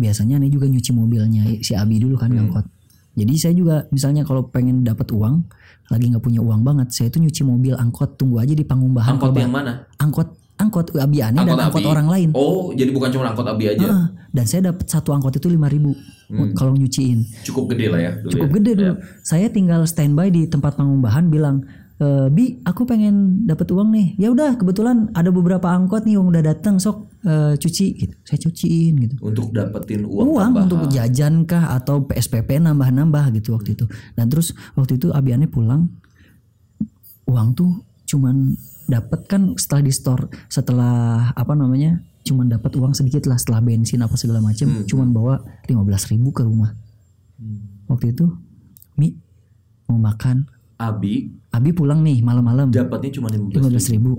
biasanya Ane juga nyuci mobilnya si Abi dulu kan Hmm. ngangkot. Jadi saya juga misalnya kalau pengen dapat uang, lagi nggak punya uang banget, saya itu nyuci mobil angkot tunggu aja di pangumbahan. Angkot kalau yang ba- mana? angkot angkot Abi Ane dan Abi. angkot orang lain. Oh, iya. jadi bukan cuma angkot Abi aja. Heeh. Dan saya dapat satu angkot itu 5.000 ribu Hmm. kalau nyuciin. Cukup gede lah ya dulu cukup ya. gede dulu. Saya tinggal standby di tempat pengumbahan bilang, "E, Bi, aku pengen dapat uang nih. Ya udah, kebetulan ada beberapa angkot nih yang udah datang, sok e, cuci. Gitu. Saya cuciin gitu. Untuk dapetin uang, Uang tambahan. untuk jajan kah atau PSPP nambah-nambah gitu waktu itu. Dan terus waktu itu Abiannya pulang, uang tuh cuman dapat kan setelah di store setelah apa namanya cuman dapat uang sedikit lah setelah bensin apa segala macam Hmm. cuman bawa 15.000 ribu ke rumah waktu itu Mi mau makan Abi Abi pulang nih malam-malam dapatnya cuma 15 15 ribu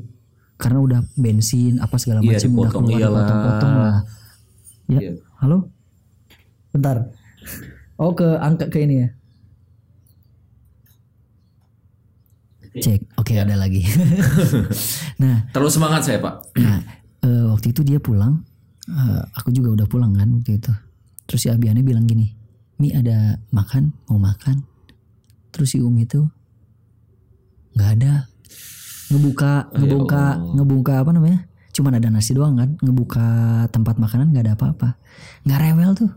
karena udah bensin apa segala macam Iya, udah dipotong, keluar iyalah. dipotong-potong lah ya Iya. halo bentar oh ke angka ke ini ya cek oke Iya. ada lagi nah Terlalu semangat saya, Pak. Nah, eh, waktu itu dia pulang, eh, aku juga udah pulang kan waktu itu. Terus si Abiane bilang gini, Mi ada makan, mau makan. Terus si Umi itu nggak ada, ngebuka, Ya ngebuka, Allah. ngebuka apa namanya? Cuman ada nasi doang kan, ngebuka tempat makanan nggak ada apa-apa, nggak rewel tuh,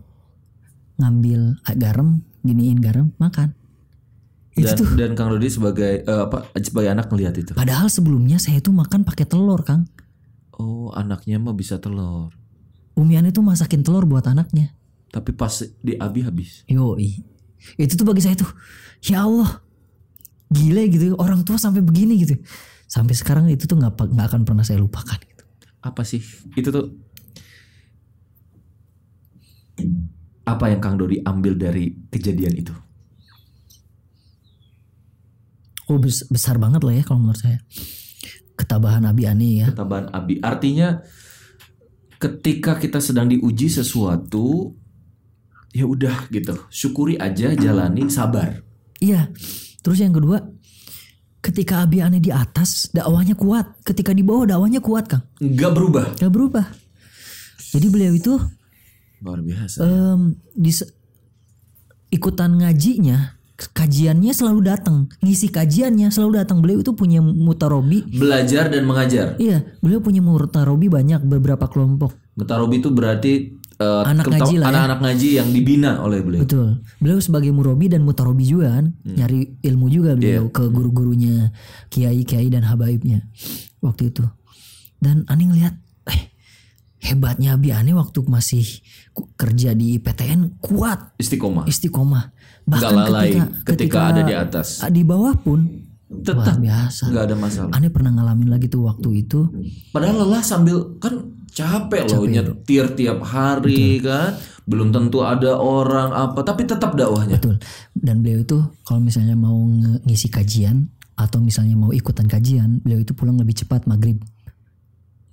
ngambil ah, garam, giniin garam, makan. Itu Dan, tuh. dan Kang Dodi sebagai eh, apa sebagai anak ngelihat itu. Padahal sebelumnya saya itu makan pakai telur, Kang. Oh, anaknya mah bisa telur. Umi Ane tuh masakin telur buat anaknya. Tapi pas di Abi habis. Yoi. Itu tuh bagi saya tuh, ya Allah, gila gitu. Orang tua sampai begini gitu. Sampai sekarang itu tuh nggak pa- nggak akan pernah saya lupakan. Gitu. Apa sih? Itu tuh apa yang Kang Dodi ambil dari kejadian itu? Oh bes- besar banget lah ya kalau menurut saya. Ketabahan Abi Ani ya. Ketabahan Abi. Artinya ketika kita sedang diuji sesuatu ya udah gitu. Syukuri aja, jalani, sabar. Iya. Terus yang kedua, ketika Abi Ani di atas dakwahnya kuat, ketika di bawah dakwahnya kuat Kang. Nggak berubah. Gak berubah. Jadi beliau itu Luar Eh. biasa. em, di se- ikutan ngajinya kajiannya selalu datang ngisi kajiannya selalu datang beliau itu punya mutarobi Belajar dan mengajar. iya beliau punya mutarobi banyak beberapa kelompok Mutarobi itu berarti eh, Anak ketem- ngaji lah ya. anak-anak ngaji yang dibina oleh beliau. betul beliau sebagai murabi dan mutarobi juga kan Hmm. nyari ilmu juga Iya. beliau ke guru-gurunya kiai kiai dan habaibnya waktu itu dan aneh ngelihat eh hebatnya abi aneh waktu masih ku- kerja di PTN kuat Istiqomah. istiqomah bahkan Gak lalai ketika, Ah. ketika ada di atas. di Ah, bawah pun Tetap biasa. nggak ada masalah. Aneh pernah ngalamin lagi tuh waktu itu. Padahal lelah sambil kan capek loh nyetir tiap hari kan. Belum tentu ada orang apa, tapi tetap dakwahnya. Betul. Dan beliau itu kalau misalnya mau nge- ngisi kajian atau misalnya mau ikutan kajian, beliau itu pulang lebih cepat maghrib.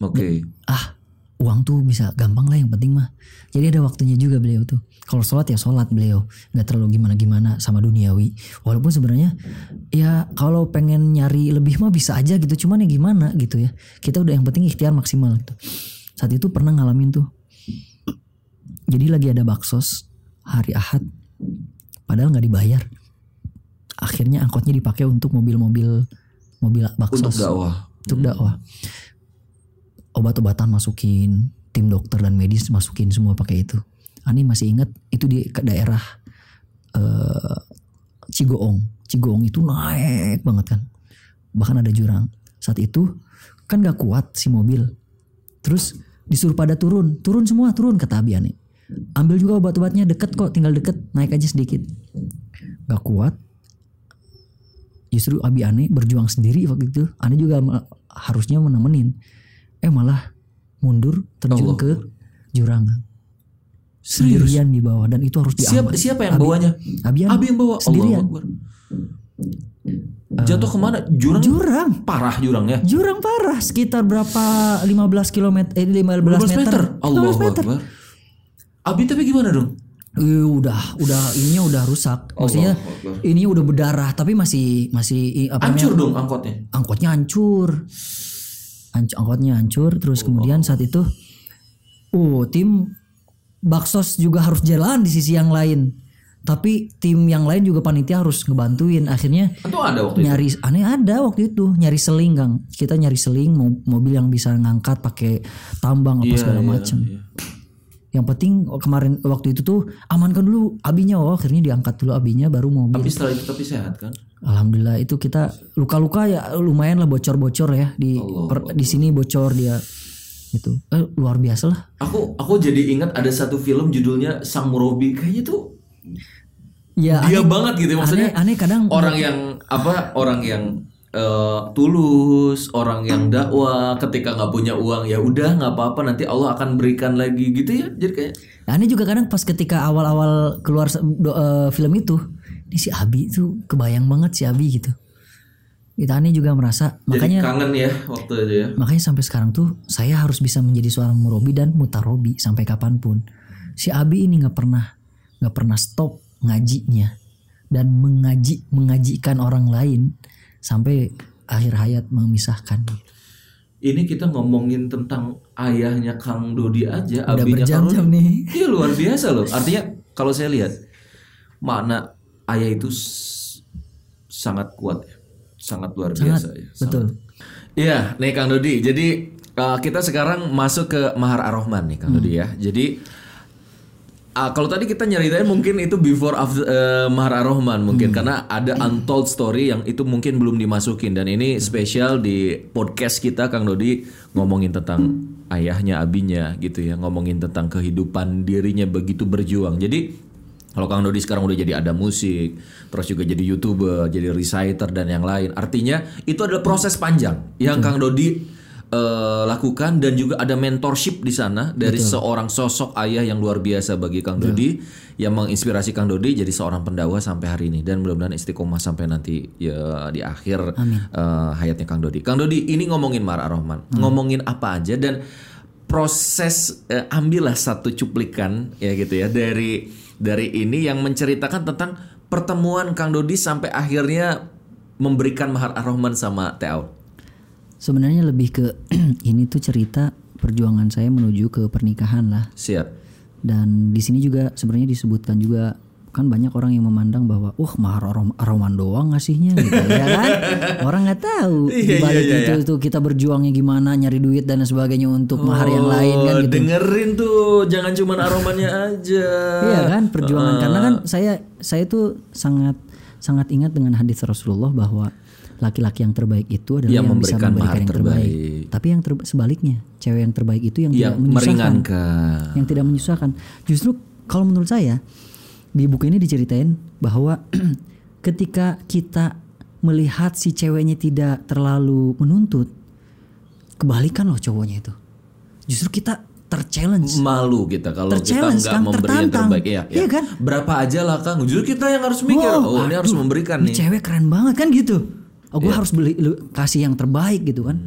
Oke. Ah, uang tuh bisa gampang lah yang penting mah. Jadi ada waktunya juga beliau tuh. Kalau sholat ya sholat beliau, nggak terlalu gimana-gimana sama duniawi. Walaupun sebenarnya ya kalau pengen nyari lebih mah bisa aja gitu. Cuman ya gimana gitu ya. Kita udah yang penting ikhtiar maksimal gitu. Saat itu pernah ngalamin tuh. Jadi lagi ada baksos hari Ahad, padahal nggak dibayar. Akhirnya angkotnya dipakai untuk mobil-mobil mobil baksos Untuk dakwah. untuk dakwah obat-obatan masukin tim dokter dan medis masukin semua pakai itu Ani masih ingat itu di ke daerah eh, Cigoong Cigoong itu naik banget kan bahkan ada jurang saat itu kan gak kuat si mobil terus disuruh pada turun turun semua turun kata Abi Ani ambil juga obat-obatnya deket kok tinggal deket naik aja sedikit gak kuat justru Abi Ane berjuang sendiri waktu itu Ane juga ma- harusnya menemenin eh malah mundur terjun Allah. ke jurang Serius. sendirian di bawah dan itu harus diaman Siapa siapa yang Abi- bawanya? Abi Ane Abi yang bawa. Sendirian. Allahu Akbar. Jatuh kemana? Jurang. jurang Parah jurangnya. jurang parah sekitar berapa 15 km eh 15, 12 meter. meter Allahu 15 meter Akbar. Abi tapi gimana dong? Eh, udah udah ininya udah rusak maksudnya Allahu Akbar. ini udah berdarah tapi masih masih i- apa namanya, Hancur dong angkotnya. angkotnya hancur Hanc- angkotnya hancur terus kemudian saat itu uh tim baksos juga harus jalan di sisi yang lain tapi tim yang lain juga panitia harus ngebantuin akhirnya Itu ada waktu itu. nyari aneh ada waktu itu nyari seling kang kita nyari seling mo- mobil yang bisa ngangkat pakai tambang apa Iya, segala iya, macem iya. yang penting oh, kemarin waktu itu tuh amankan dulu abinya oh akhirnya diangkat dulu abinya baru mobil Tapi setelah itu tapi sehat kan? Alhamdulillah itu kita luka-luka ya lumayan lah bocor-bocor ya di Allah, per- di sini bocor dia gitu eh, luar biasa lah Aku aku jadi ingat ada satu film judulnya Sang Murobi kayaknya tuh ya dia aneh, banget gitu ya. maksudnya aneh, aneh kadang orang yang apa orang yang eh, tulus orang yang dakwah ketika nggak punya uang ya udah nggak apa-apa nanti Allah akan berikan lagi gitu ya jadi kayak aneh juga kadang pas ketika awal-awal keluar se- do- eh, film itu ini si Abi tuh kebayang banget si Abi gitu itu aneh juga merasa makanya jadi kangen ya waktu itu ya Makanya sampai sekarang tuh saya harus bisa menjadi seorang murobi dan mutarobi sampai kapanpun. Si Abi ini nggak pernah nggak pernah stop ngajinya dan mengaji mengajikan orang lain sampai akhir hayat memisahkan. ini kita ngomongin tentang ayahnya Kang Dodi aja Udah abinya Kang berjam-jam Dodi. nih. Iya luar biasa loh. Artinya kalau saya lihat makna ayah itu s- sangat kuat, ya. sangat luar biasa. ya. Sangat. Betul. Iya, nih Kang Dodi. Jadi eh, kita sekarang masuk ke Mahar Ar-Rahman nih Kang Dodi ya. Jadi ah, kalau tadi kita nyeritain mungkin itu before after eh, Mahar Ar-Rahman mungkin karena ada untold story yang itu mungkin belum dimasukin dan ini spesial di podcast kita Kang Dodi ngomongin tentang ayahnya, abinya gitu ya, ngomongin tentang kehidupan dirinya begitu berjuang. Jadi kalau Kang Dodi sekarang udah jadi ada musik, terus juga jadi youtuber, jadi reciter dan yang lain. Artinya itu adalah proses panjang yang Kang Dodi eh, lakukan dan juga ada mentorship di sana dari seorang sosok ayah yang luar biasa bagi Kang Dodi yang menginspirasi Kang Dodi jadi seorang pendakwa sampai hari ini dan mudah-mudahan istiqomah sampai nanti ya di akhir eh, hayatnya Kang Dodi. Kang Dodi ini ngomongin Mara Rohman, ngomongin apa aja dan proses eh, ambillah satu cuplikan ya gitu ya dari dari ini yang menceritakan tentang pertemuan Kang Dodi sampai akhirnya memberikan mahar Ar-Rahman sama Teo. Sebenarnya lebih ke ini tuh cerita perjuangan saya menuju ke pernikahan lah. Siap. Dan di sini juga sebenarnya disebutkan juga kan banyak orang yang memandang bahwa uh mahar arom aroman doang ngasihnya gitu ya kan orang nggak tahu Iya, di balik iya, iya, itu tuh kita berjuangnya gimana nyari duit dan sebagainya untuk mahar yang lain kan Oh, gitu Dengerin tuh, jangan cuman aromannya aja. iya kan perjuangan karena kan saya saya tuh sangat sangat ingat dengan hadis Rasulullah bahwa laki-laki yang terbaik itu adalah Yang yang, bisa memberikan mahar memberikan yang terbaik. terbaik. tapi yang terba- sebaliknya cewek yang terbaik itu yang Yang tidak menyusahkan Iya, meringankan. yang tidak menyusahkan. Justru kalau menurut saya di buku ini diceritain bahwa ketika kita melihat si ceweknya tidak terlalu menuntut kebalikan loh cowoknya itu justru kita terchallenge malu kita kalau kita Ter-challenge, nggak Kang. memberi yang Tertantang. terbaik ya, Iya kan? berapa aja lah kang justru kita yang harus mikir oh, ini aduh, harus memberikan ini nih Iya. cewek keren banget kan gitu oh gue harus beli lu- kasih yang terbaik gitu kan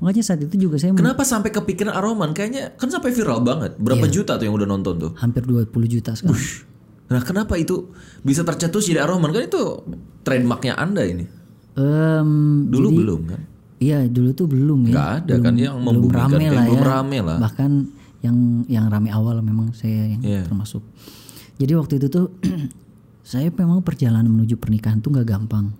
makanya saat itu juga saya Hmm. kenapa sampai kepikiran aroman kayaknya kan sampai viral banget berapa Iya. juta tuh yang udah nonton tuh hampir 20 juta sekarang nah kenapa itu bisa tercetus jadi aroman kan itu trademarknya anda ini Em, dulu belum kan iya dulu tuh belum ya nggak ada kan yang belum rame membumikan kayak lah belum ya. rame lah bahkan yang yang rame awal memang saya yang Iya. termasuk jadi waktu itu tuh saya memang perjalanan menuju pernikahan tuh nggak gampang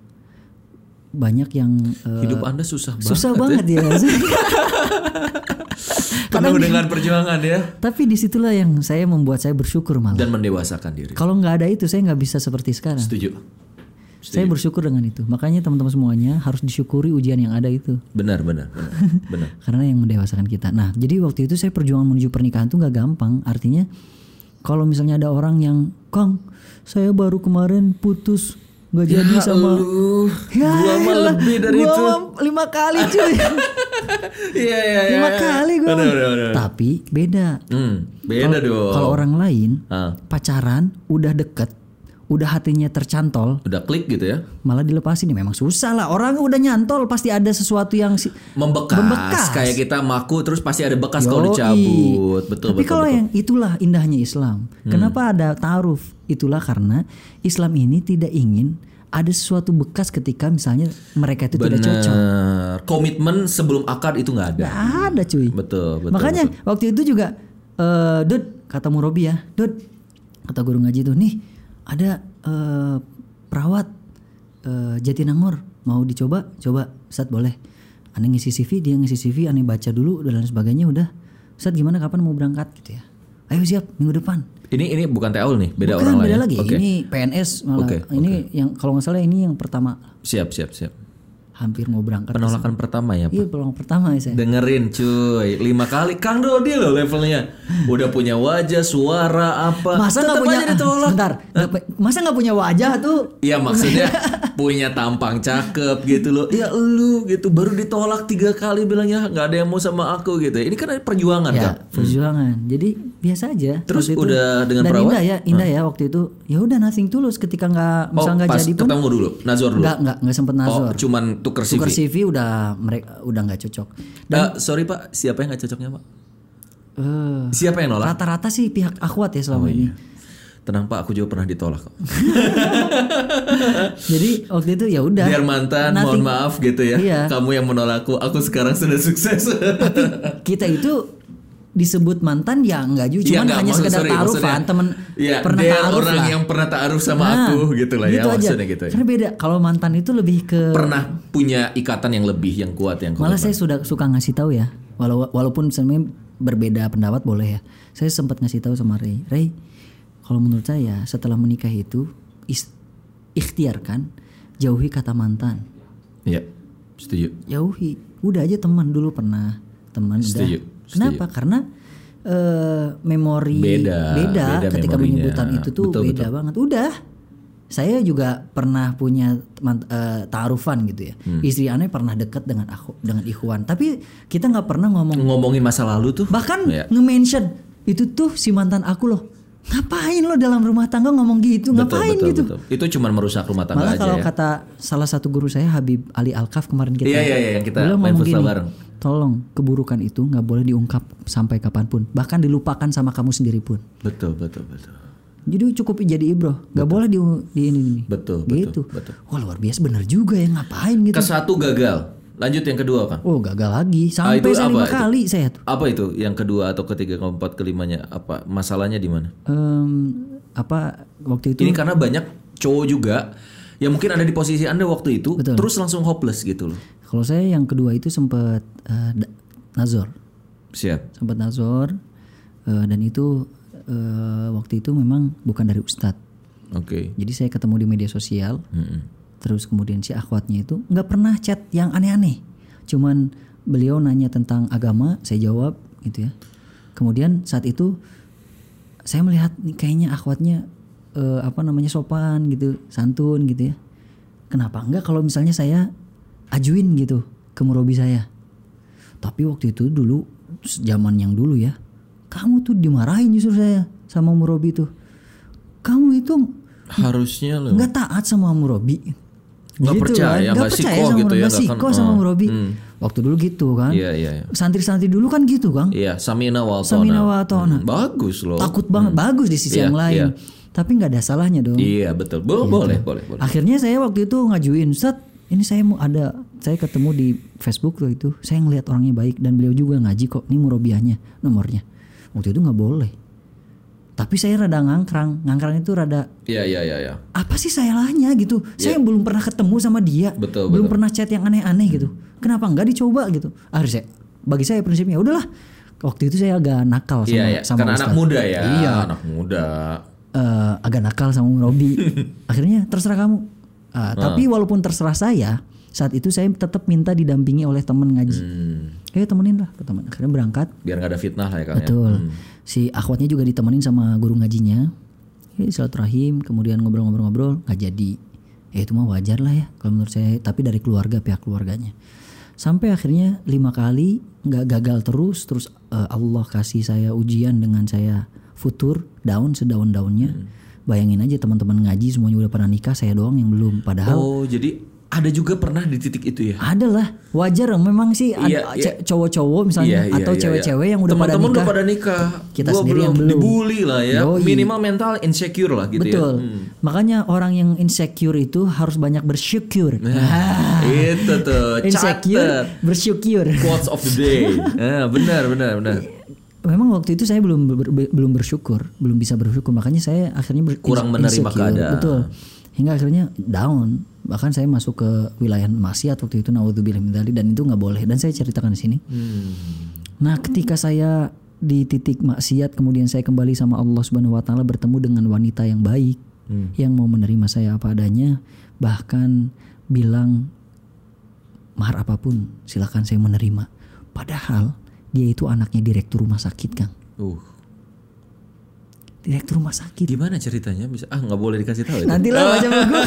banyak yang eh, hidup anda susah banget susah banget ya penuh dengan perjuangan ya tapi disitulah yang saya membuat saya bersyukur malah dan mendewasakan diri kalau nggak ada itu saya nggak bisa seperti sekarang setuju saya bersyukur dengan itu makanya teman-teman semuanya harus disyukuri ujian yang ada itu benar benar benar benar karena yang mendewasakan kita. Nah, jadi waktu itu saya perjuangan menuju pernikahan tuh nggak gampang. Artinya kalau misalnya ada orang yang, Kang, saya baru kemarin putus nggak jadi sama. lu Ya Ya gua mah elah, lebih dari gua itu mah lima kali cuy, iya iya iya lima kali gue. Benar, benar, benar. Tapi beda. hmm, beda dong Kalau orang lain Ah. pacaran udah deket, udah hatinya tercantol, udah klik gitu ya malah dilepasin ya memang susah lah. Orang udah nyantol pasti ada sesuatu yang si- membekas, Membekas. kayak kita maku terus pasti ada bekas Yoi. kalau dicabut betul Tapi betul, kalau betul. Hmm. yang itulah indahnya Islam. Kenapa ada taaruf? Itulah karena Islam ini tidak ingin ada sesuatu bekas ketika misalnya mereka itu tidak cocok. benar komitmen sebelum akad itu nggak ada Nggak Ada cuy. betul betul Makanya waktu itu juga eh Dud kata Murabi ya, Dud kata guru ngaji tuh nih ada eh, perawat eh, Jatinangor mau dicoba, coba Ustaz boleh. Aneh ngisi CV, dia ngisi CV, aneh baca dulu dan lain sebagainya udah. Ustaz gimana kapan mau berangkat gitu ya. Ayo siap minggu depan. ini ini bukan Taul nih beda Bukan, orang lain beda ya? lagi. Oke. Ini PNS malah. Oke, ini yang kalau nggak salah ini yang pertama siap siap siap hampir mau berangkat. penolakan pertama ya Pak. Iya, peluang pertama ya saya. dengerin cuy lima kali Kang Dodi loh levelnya udah punya wajah suara apa Masa nggak Tetap punya aja ditolak Bentar, nggak pu- Masa nggak punya wajah tuh? Iya maksudnya punya tampang cakep gitu loh. Ya lu gitu baru ditolak tiga kali bilangnya nggak ada yang mau sama aku gitu. Ini kan ada perjuangan Ya, kan. perjuangan. Jadi biasa aja. Waktu Terus itu- udah dengan dan perawat? Hmm. indah ya, indah ya waktu itu. Ya udah nothing tulus ketika nggak Oh misal nggak pas jadi pun ketemu dulu, Nazor dulu. nggak nggak nggak sempet Oh nazar. cuman tuker CV. Tuker CV udah mereka udah nggak cocok. Eh, sorry pak, siapa yang nggak cocoknya pak? Eh, Siapa yang nolak? rata-rata sih pihak akhwat ya Oh, selama ini. iya. Tenang pak, aku juga pernah ditolak kok. Jadi waktu itu ya udah. Biar mantan, nothing. mohon maaf gitu ya. Iya. Kamu yang menolakku, aku sekarang sudah sukses. Kita itu disebut mantan ya nggak juga, Iya, cuman nggak, hanya maksud- sekedar sorry, taarufan maksudnya, temen Iya, pernah dia taaruf orang lah. yang pernah taaruf sama Nah, aku gitu lah ya maksudnya gitu. ya. Karena eh, beda. Kalau mantan itu lebih ke Pernah punya ikatan yang lebih, yang kuat, yang kuat. malah saya sudah suka ngasih tahu ya. Walau walaupun sebenarnya berbeda pendapat boleh ya. Saya sempat ngasih tahu sama Ray. Ray, kalau menurut saya setelah menikah itu is- ikhtiarkan jauhi kata mantan. Iya, setuju. Jauhi. Udah aja teman dulu pernah teman udah. Setuju, Kenapa? Karena eh, memori Beda, beda ketika memorinya. menyebutan itu tuh Betul, beda banget. Udah, saya juga pernah punya teman- eh, taarufan gitu ya. Hmm. Istri aneh pernah dekat dengan aku dengan Ikhwan, tapi kita nggak pernah ngomong. ngomongin masa lalu tuh Bahkan Iya. nge-mention itu tuh si mantan aku loh. Ngapain lo dalam rumah tangga ngomong gitu? betul, Ngapain betul, gitu? betul. itu cuma merusak rumah tangga Malah aja kalau ya kata salah satu guru saya Habib Ali Alkaf kemarin kita ya, Iya, iya, iya, yang kita beliau main ngomong futsal gini, bareng. Tolong keburukan itu nggak boleh diungkap sampai kapanpun, bahkan dilupakan sama kamu sendiri pun. betul betul betul Jadi cukup jadi ibro, nggak boleh di, di ini ini. Betul, gitu. betul, betul. Wah luar biasa bener juga ya ngapain gitu. ke satu gagal lanjut yang kedua kan Oh gagal lagi Ah, sampai itu saya apa lima itu? kali saya tuh. apa itu yang kedua atau ketiga keempat kelimanya apa masalahnya di mana Em, apa waktu itu ini karena banyak cowok juga yang mungkin ada di posisi anda waktu itu terus langsung hopeless gitu loh kalau saya yang kedua itu sempat eh, da- nazar. siap sempat nazor eh, dan itu eh, waktu itu memang bukan dari ustadz oke Hmm. jadi saya ketemu di media sosial Mm-mm. terus kemudian si akhwatnya itu nggak pernah chat yang aneh-aneh cuman beliau nanya tentang agama saya jawab gitu ya kemudian saat itu saya melihat nih kayaknya akhwatnya eh, apa namanya sopan gitu santun gitu ya kenapa enggak kalau misalnya saya ajuin gitu ke murabi saya tapi waktu itu dulu zaman yang dulu ya kamu tuh dimarahin justru saya sama murabi tuh kamu itu harusnya lo nggak taat sama murabi Nggak percaya, kan. nggak nggak percaya siko sama gitu ya, murabi nggak kan, siko sama oh, murabi waktu dulu gitu kan Iya iya iya. santri-santri dulu kan gitu kan Iya, Samina Waltona. Samina Waltona. Hmm, bagus loh. takut banget bagus di sisi Iya, yang lain iya. tapi nggak ada salahnya dong Iya, betul. Bo- boleh, boleh, boleh. akhirnya saya waktu itu ngajuin set ini saya mau ada saya ketemu di Facebook tuh itu saya ngelihat orangnya baik dan beliau juga ngaji kok ini murobiahnya nomornya waktu itu nggak boleh tapi saya rada ngangkrang ngangkrang itu rada Iya, iya, iya, iya. apa sih salahnya gitu saya belum pernah ketemu sama dia Betul, belum pernah chat yang aneh-aneh gitu kenapa nggak dicoba gitu akhirnya saya, bagi saya prinsipnya "Ya udahlah waktu itu saya agak nakal sama, Iya, iya. sama Karena anak Ustadz. muda ya. Iya. anak muda. eh, agak nakal sama Om Robi. Akhirnya terserah kamu. Ah, Tapi walaupun terserah saya, saat itu saya tetap minta didampingi oleh teman ngaji. Hmm, Kayak temenin lah ke teman. Akhirnya berangkat. biar nggak ada fitnah lah ya, Kang. ya. Betul. Si akhwatnya juga ditemenin sama guru ngajinya. Ya, silaturahim, kemudian ngobrol-ngobrol-ngobrol, nggak jadi. Ya itu mah wajar lah ya kalau menurut saya. Tapi dari keluarga pihak keluarganya. Sampai akhirnya lima kali nggak gagal terus, terus eh, Allah kasih saya ujian dengan saya futur daun sedaun-daunnya. Hmm. Bayangin aja teman-teman ngaji semuanya udah pernah nikah, saya doang yang belum. Padahal Oh, jadi ada juga pernah di titik itu ya. ada lah, wajar memang sih ada Iya, iya. ce- cowok-cowok misalnya Iya, iya, atau iya, cewek-cewek iya. yang udah pada Teman-teman nikah. udah pada nikah. Kita Gua sendiri yang belum. Dibully lah ya. Yoi. Minimal mental insecure lah gitu Betul. ya. Makanya orang yang insecure itu harus banyak bersyukur. Nah. Ah. Itu tuh. insecure, Catet. bersyukur. Quotes of the day. Eh, benar, benar, benar. Memang waktu itu saya belum ber- ber- belum bersyukur, belum bisa bersyukur. Makanya saya akhirnya ber- Kurang ins- menerima keadaan. Betul. Hingga akhirnya down. Bahkan saya masuk ke wilayah maksiat waktu itu naudzubillah min dzalik, dan itu nggak boleh dan saya ceritakan di sini. Nah, ketika saya di titik maksiat kemudian saya kembali sama Allah Subhanahu wa taala bertemu dengan wanita yang baik yang mau menerima saya apa adanya bahkan bilang mahar apapun silahkan saya menerima padahal dia itu anaknya direktur rumah sakit Kang Uh, direktur rumah sakit gimana ceritanya bisa? Ah, nggak boleh dikasih tahu. itu. nanti lah macam gue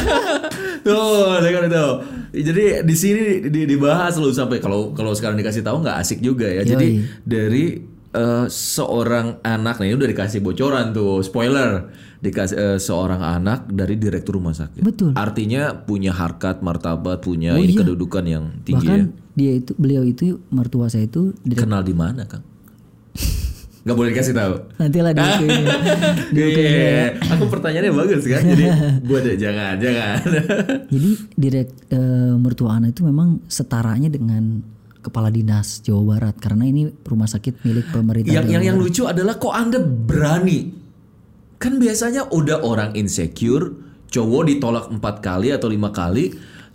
Tuh, dengar itu. Jadi di sini di- dibahas loh sampai kalau kalau sekarang dikasih tahu nggak asik juga ya. Jadi dari eh, seorang anak nih udah dikasih bocoran tuh, spoiler. Dikasih eh, seorang anak dari direktur rumah sakit. Betul. Oh iya. Artinya punya harkat, martabat, punya ini kedudukan yang tinggi bahkan ya. dia itu beliau itu mertua saya itu direk- Kenal di mana, Kang? Nggak boleh dikasih tahu. nanti lah di Iya, aku pertanyaannya bagus kan. Jadi buat jangan, jangan. Jadi direk eh, mertua Ana itu memang setaranya dengan kepala dinas Jawa Barat karena ini rumah sakit milik pemerintah. yang Jawa yang yang Barat. lucu adalah kok anda berani kan biasanya udah orang insecure cowok ditolak empat kali atau lima kali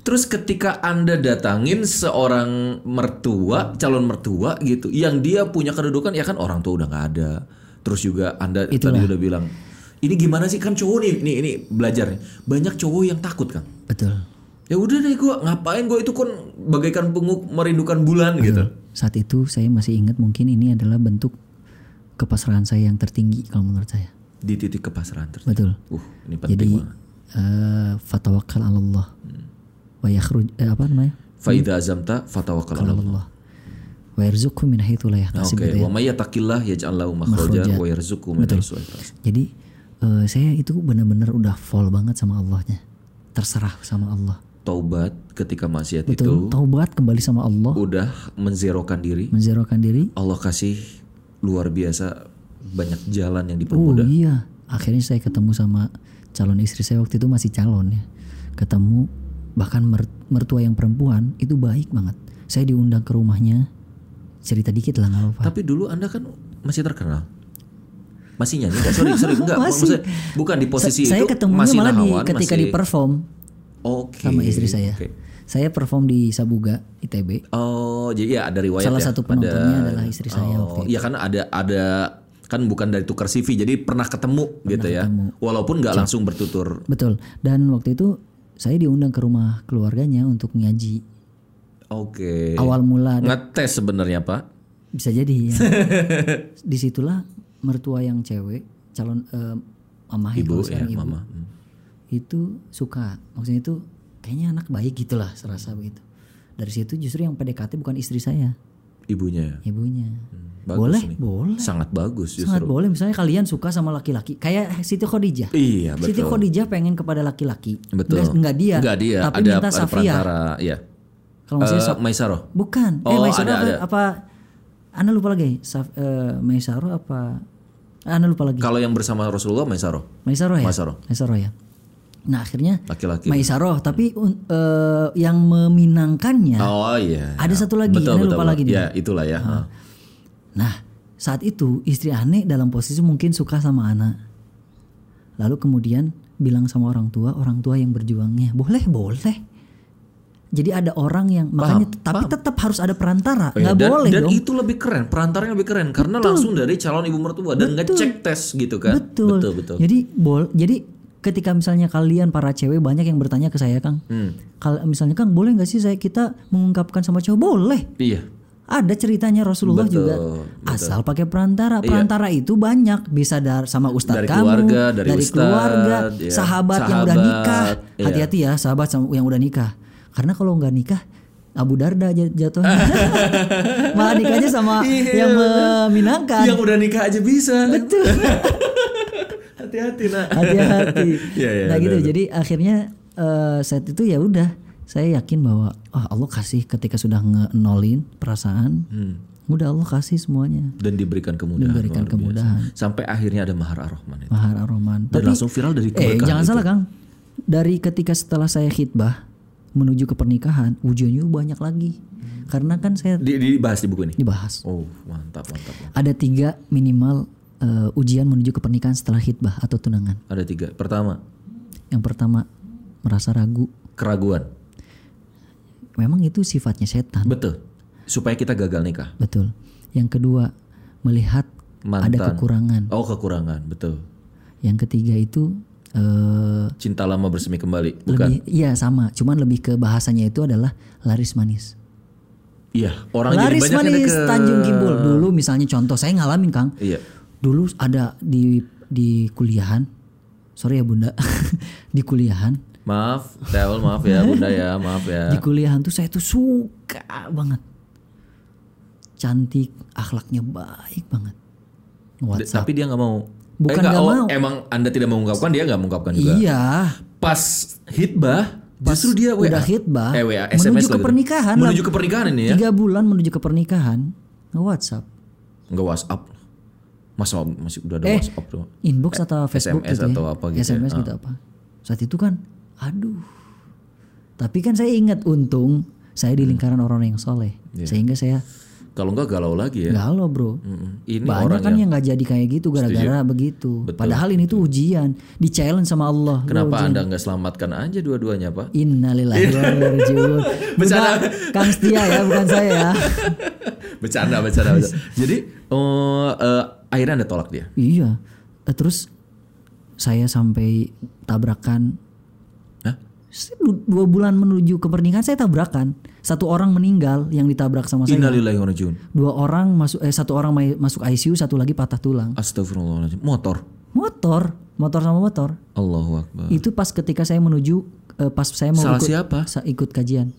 terus ketika anda datangin seorang mertua calon mertua gitu yang dia punya kedudukan ya kan orang tua udah nggak ada terus juga anda tadi udah bilang ini gimana sih kan cowok nih nih ini belajar nih. banyak cowok yang takut kan betul. ya udah deh gua ngapain gua itu kan bagaikan penguk merindukan bulan gitu Saat itu saya masih ingat mungkin ini adalah bentuk kepasrahan saya yang tertinggi kalau menurut saya. di titik kepasrahan terus Betul. uh ini penting Nah, Jadi banget. eh fatawakkal 'ala Allah. Wa yakhruj eh, apa namanya? Faida azamta fatawakal Ala Allah. Allah. Wa yarzuqhu min haitsu la yahtasib Oke, gitu ya. wa may yattaqillah yaj'al lahu makhraja wa yarzuqhu min haitsu la yahtasib. Jadi eh, saya itu benar-benar udah fall banget sama Allahnya. Terserah sama Allah. Taubat ketika maksiat Betul. itu Taubat kembali sama Allah, udah menzerokan diri, menzerokan diri. Allah kasih luar biasa banyak jalan yang Oh dipermudah. iya, akhirnya saya ketemu sama calon istri saya waktu itu masih calon ya. Ketemu bahkan mer- mertua yang perempuan itu baik banget. Saya diundang ke rumahnya. Cerita dikit lah nggak apa-apa. Tapi dulu Anda kan masih terkenal. Masih nyanyi enggak? Sorry, sorry, enggak. Masih. Maksudnya bukan di posisi Sa- saya itu ketemunya masih malah di, nahawan, ketika masih- di perform Oke. sama istri saya. oke. Saya perform di Sabuga ITB. Oh, jadi ya ada riwayat Salah ya satu pada- penontonnya adalah istri saya waktu Oh, iya kan ada ada kan bukan dari tukar CV jadi pernah ketemu gitu ya. Walaupun nggak Iya. langsung bertutur. Betul. Dan waktu itu saya diundang ke rumah keluarganya untuk ngaji. Oke. Awal mula Ngetes sebenarnya, Pak. bisa jadi ya. disitulah mertua yang cewek calon eh, mamah ya, Ibu kalau ya, sekarang ibu, Mama. Hmm. itu suka maksudnya itu kayaknya anak baik gitulah serasa begitu dari situ justru yang PDKT bukan istri saya Ibunya. ibunya Hmm, Bagus boleh nih. boleh Sangat bagus sangat justru. boleh misalnya kalian suka sama laki-laki kayak Siti Khadijah Iya, Siti betul. Khadijah pengen kepada laki-laki Betul. Nggak- nggak dia Enggak dia, tapi ada minta ada Safia perantara, iya. kalau nggak salah Eh, Maisaro. Bukan. eh Oh, Maisaro ada, apa, ada. apa? Anda lupa lagi. Saf, eh, Maisaro apa? Anda lupa lagi. Kalau yang bersama Rasulullah Maisaro. Maisaro ya. Maisaro. Maisaro ya. Nah akhirnya Laki-laki. Maisaro. Tapi un- eh, yang meminangkannya. Oh iya. Ada satu lagi, Anda Betul, betul, lupa betul. lagi Ah. nih. Ya, itulah ya. Ha. Nah saat itu istri Ane dalam posisi mungkin suka sama Ana. Lalu kemudian bilang sama orang tua, orang tua yang berjuangnya, boleh boleh. Jadi ada orang yang makanya, tapi tetap harus ada perantara, Ya, nggak dan, boleh dan dong. itu lebih keren, perantaranya lebih keren karena langsung dari calon ibu mertua dan ngecek tes gitu kan. Betul. Ya. betul. Jadi bol, jadi ketika misalnya kalian para cewek banyak yang bertanya ke saya, Kang. Hmm. Kalau misalnya Kang, boleh nggak sih saya kita mengungkapkan sama cowok? Boleh. Iya. Ada ceritanya Rasulullah Betul, juga. Iya. Asal pakai perantara. Perantara itu banyak, bisa dar sama ustadz Dari kamu, keluarga, dari ustadz, keluarga, ya. sahabat, yang udah Sahabat, nikah. iya. Hati-hati ya, sahabat sama yang udah nikah. Karena kalau nggak nikah Abu Darda jat- jatuhnya. Malah nikahnya sama Iya. yang meminangkan. Yang udah nikah aja bisa. Betul. Hati-hati nak. hati-hati. Iya, iya, nah benar, gitu. benar. Jadi akhirnya eh, saat itu ya udah saya yakin bahwa oh, Allah kasih ketika sudah ngenolin perasaan, Hmm. udah Allah kasih semuanya. Dan diberikan kemudahan. Diberikan luar biasa. kemudahan. Sampai akhirnya ada mahar ar-Rahman itu. Mahar Ar-Rahman. Dan langsung viral dari eh keberkahan jangan itu. salah Kang. Dari ketika setelah saya khitbah menuju ke pernikahan, ujiannya banyak lagi. Hmm. Karena kan saya Di- dibahas di buku ini. dibahas. Oh, mantap, mantap. mantap. Ada tiga minimal eh, ujian menuju ke pernikahan setelah khitbah atau tunangan. Ada tiga. Pertama, Yang pertama merasa ragu. keraguan. Memang itu sifatnya setan. Betul. Supaya kita gagal nikah. Betul. Yang kedua, melihat Mantan. ada kekurangan. Oh, kekurangan. Betul. Yang ketiga itu eh Cinta lama bersemi kembali. Bukan. lebih iya sama, cuman lebih ke bahasanya itu adalah laris manis. Iya, orang laris jadi banyak yang manis ada ke Tanjung Kimbul. Dulu misalnya contoh saya ngalamin, Kang. Iya. Dulu ada di di kuliahan. Sorry ya, Bunda. di kuliahan. Maaf, Tel, maaf ya, Bunda ya, maaf ya. Di kuliahan tuh saya tuh suka banget. Cantik, akhlaknya baik banget. D- WhatsApp. Tapi dia nggak mau. Bukan nggak, nggak oh, mau. Emang Anda tidak mengungkapkan, dia nggak mengungkapkan juga. Iya. Pas hitbah, justru dia WA. udah hitbah, eh, WA, menuju SMS ke lagi. pernikahan lah. Menuju ke pernikahan ini ya. tiga bulan menuju ke pernikahan nge WhatsApp Nggak WhatsApp. Masa masih udah ada Eh. WhatsApp tuh. inbox atau Facebook SMS gitu ya. atau apa gitu ya. SMS gitu apa saat itu kan aduh tapi kan saya ingat untung saya di Hmm. lingkaran orang yang soleh Iya. sehingga saya Kalau nggak galau lagi ya. galau bro Mm-mm. Ini banyak orang kan yang nggak jadi kayak gitu gara-gara begitu padahal ini tuh ujian di challenge sama Allah Bro, Kenapa ujian. Anda nggak selamatkan aja dua-duanya, Pak? Innalillahi wa inna ilaihi rajiun. Bercanda. Bukan Kang Setia ya, bukan saya ya. bercanda, bercanda, bercanda. Jadi, eh, eh, akhirnya Anda tolak dia. Iya. Eh, Terus saya sampai tabrakan Hah? Se- du- dua bulan menuju ke pernikahan saya tabrakan satu orang meninggal yang ditabrak sama saya Innalillahi wa inna ilaihi rajiun. dua orang masuk eh satu orang mai- masuk ICU satu lagi patah tulang Astagfirullahaladzim. Motor. motor motor sama motor Allahu Akbar. itu pas ketika saya menuju eh, pas saya mau Salah ikut, siapa? sa- ikut kajian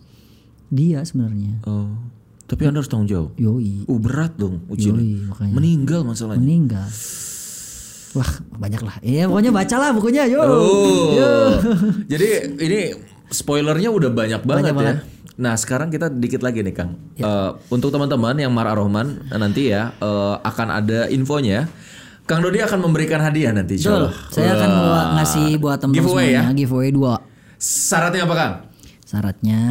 dia sebenarnya Oh, tapi Anda harus tanggung jawab. yoi Uh, berat dong ujiannya. yoi makanya Meninggal masalahnya. meninggal wah banyak lah ya pokoknya bacalah bukunya yo Oh. Jadi ini spoilernya udah banyak banget ya. Nah, sekarang kita dikit lagi nih, Kang. Eh, untuk teman-teman yang Marah Rohman eh, nanti ya eh, akan ada infonya. Kang Dodi akan memberikan hadiah nanti, insya Betul. Allah. saya akan bawa ngasih buat teman-teman Giveaway semuanya giveaway dua Syaratnya apa, Kang? syaratnya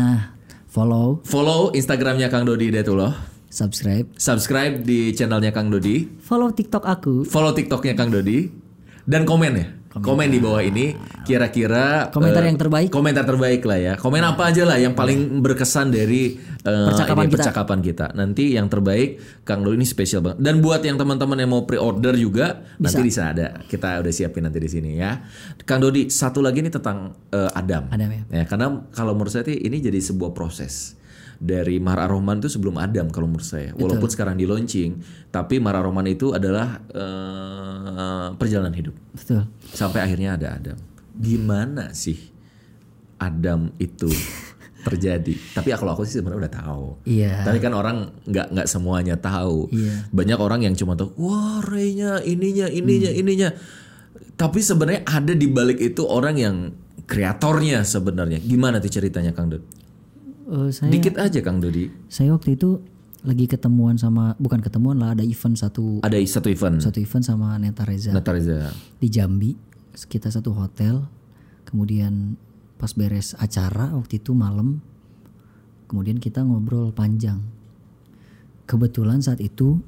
follow Follow Instagramnya Kang Dodi Datullah. subscribe Subscribe di channelnya Kang Dodi. follow TikTok aku. follow TikToknya Kang Dodi dan komen ya. Komen di bawah ini kira-kira Komentar eh, yang terbaik. Komentar terbaik lah ya. Komen apa aja lah yang paling berkesan dari eh, Percakapan ini, kita. percakapan kita. Nanti yang terbaik Kang Dodi ini spesial banget. Dan buat yang teman-teman yang mau pre-order juga nanti di sana ada. Kita udah siapin nanti di sini ya. Kang Dodi, satu lagi nih tentang eh, Adam. Adam ya. karena kalau menurut saya sih ini jadi sebuah proses dari Mahar Rohman itu sebelum Adam kalau menurut saya. Walaupun sekarang di launching, tapi Mahar Rohman itu adalah eh, perjalanan hidup Betul. sampai akhirnya ada Adam. Gimana sih Adam itu terjadi. Tapi ya kalau aku sih sebenarnya udah tahu. Iya. Tapi kan orang nggak nggak semuanya tahu. Iya. Banyak orang yang cuma tahu, wah Raynya ininya ininya Hmm. ininya. Tapi sebenarnya ada di balik itu orang yang kreatornya sebenarnya. Gimana tuh ceritanya Kang Dodi? Eh, saya Dikit aja Kang Dodi. saya waktu itu lagi ketemuan sama bukan ketemuan lah ada event satu Ada satu event. satu ya. event sama Neta Reza Nata Reza. di Jambi sekitar satu hotel kemudian pas beres acara waktu itu malam kemudian kita ngobrol panjang kebetulan saat itu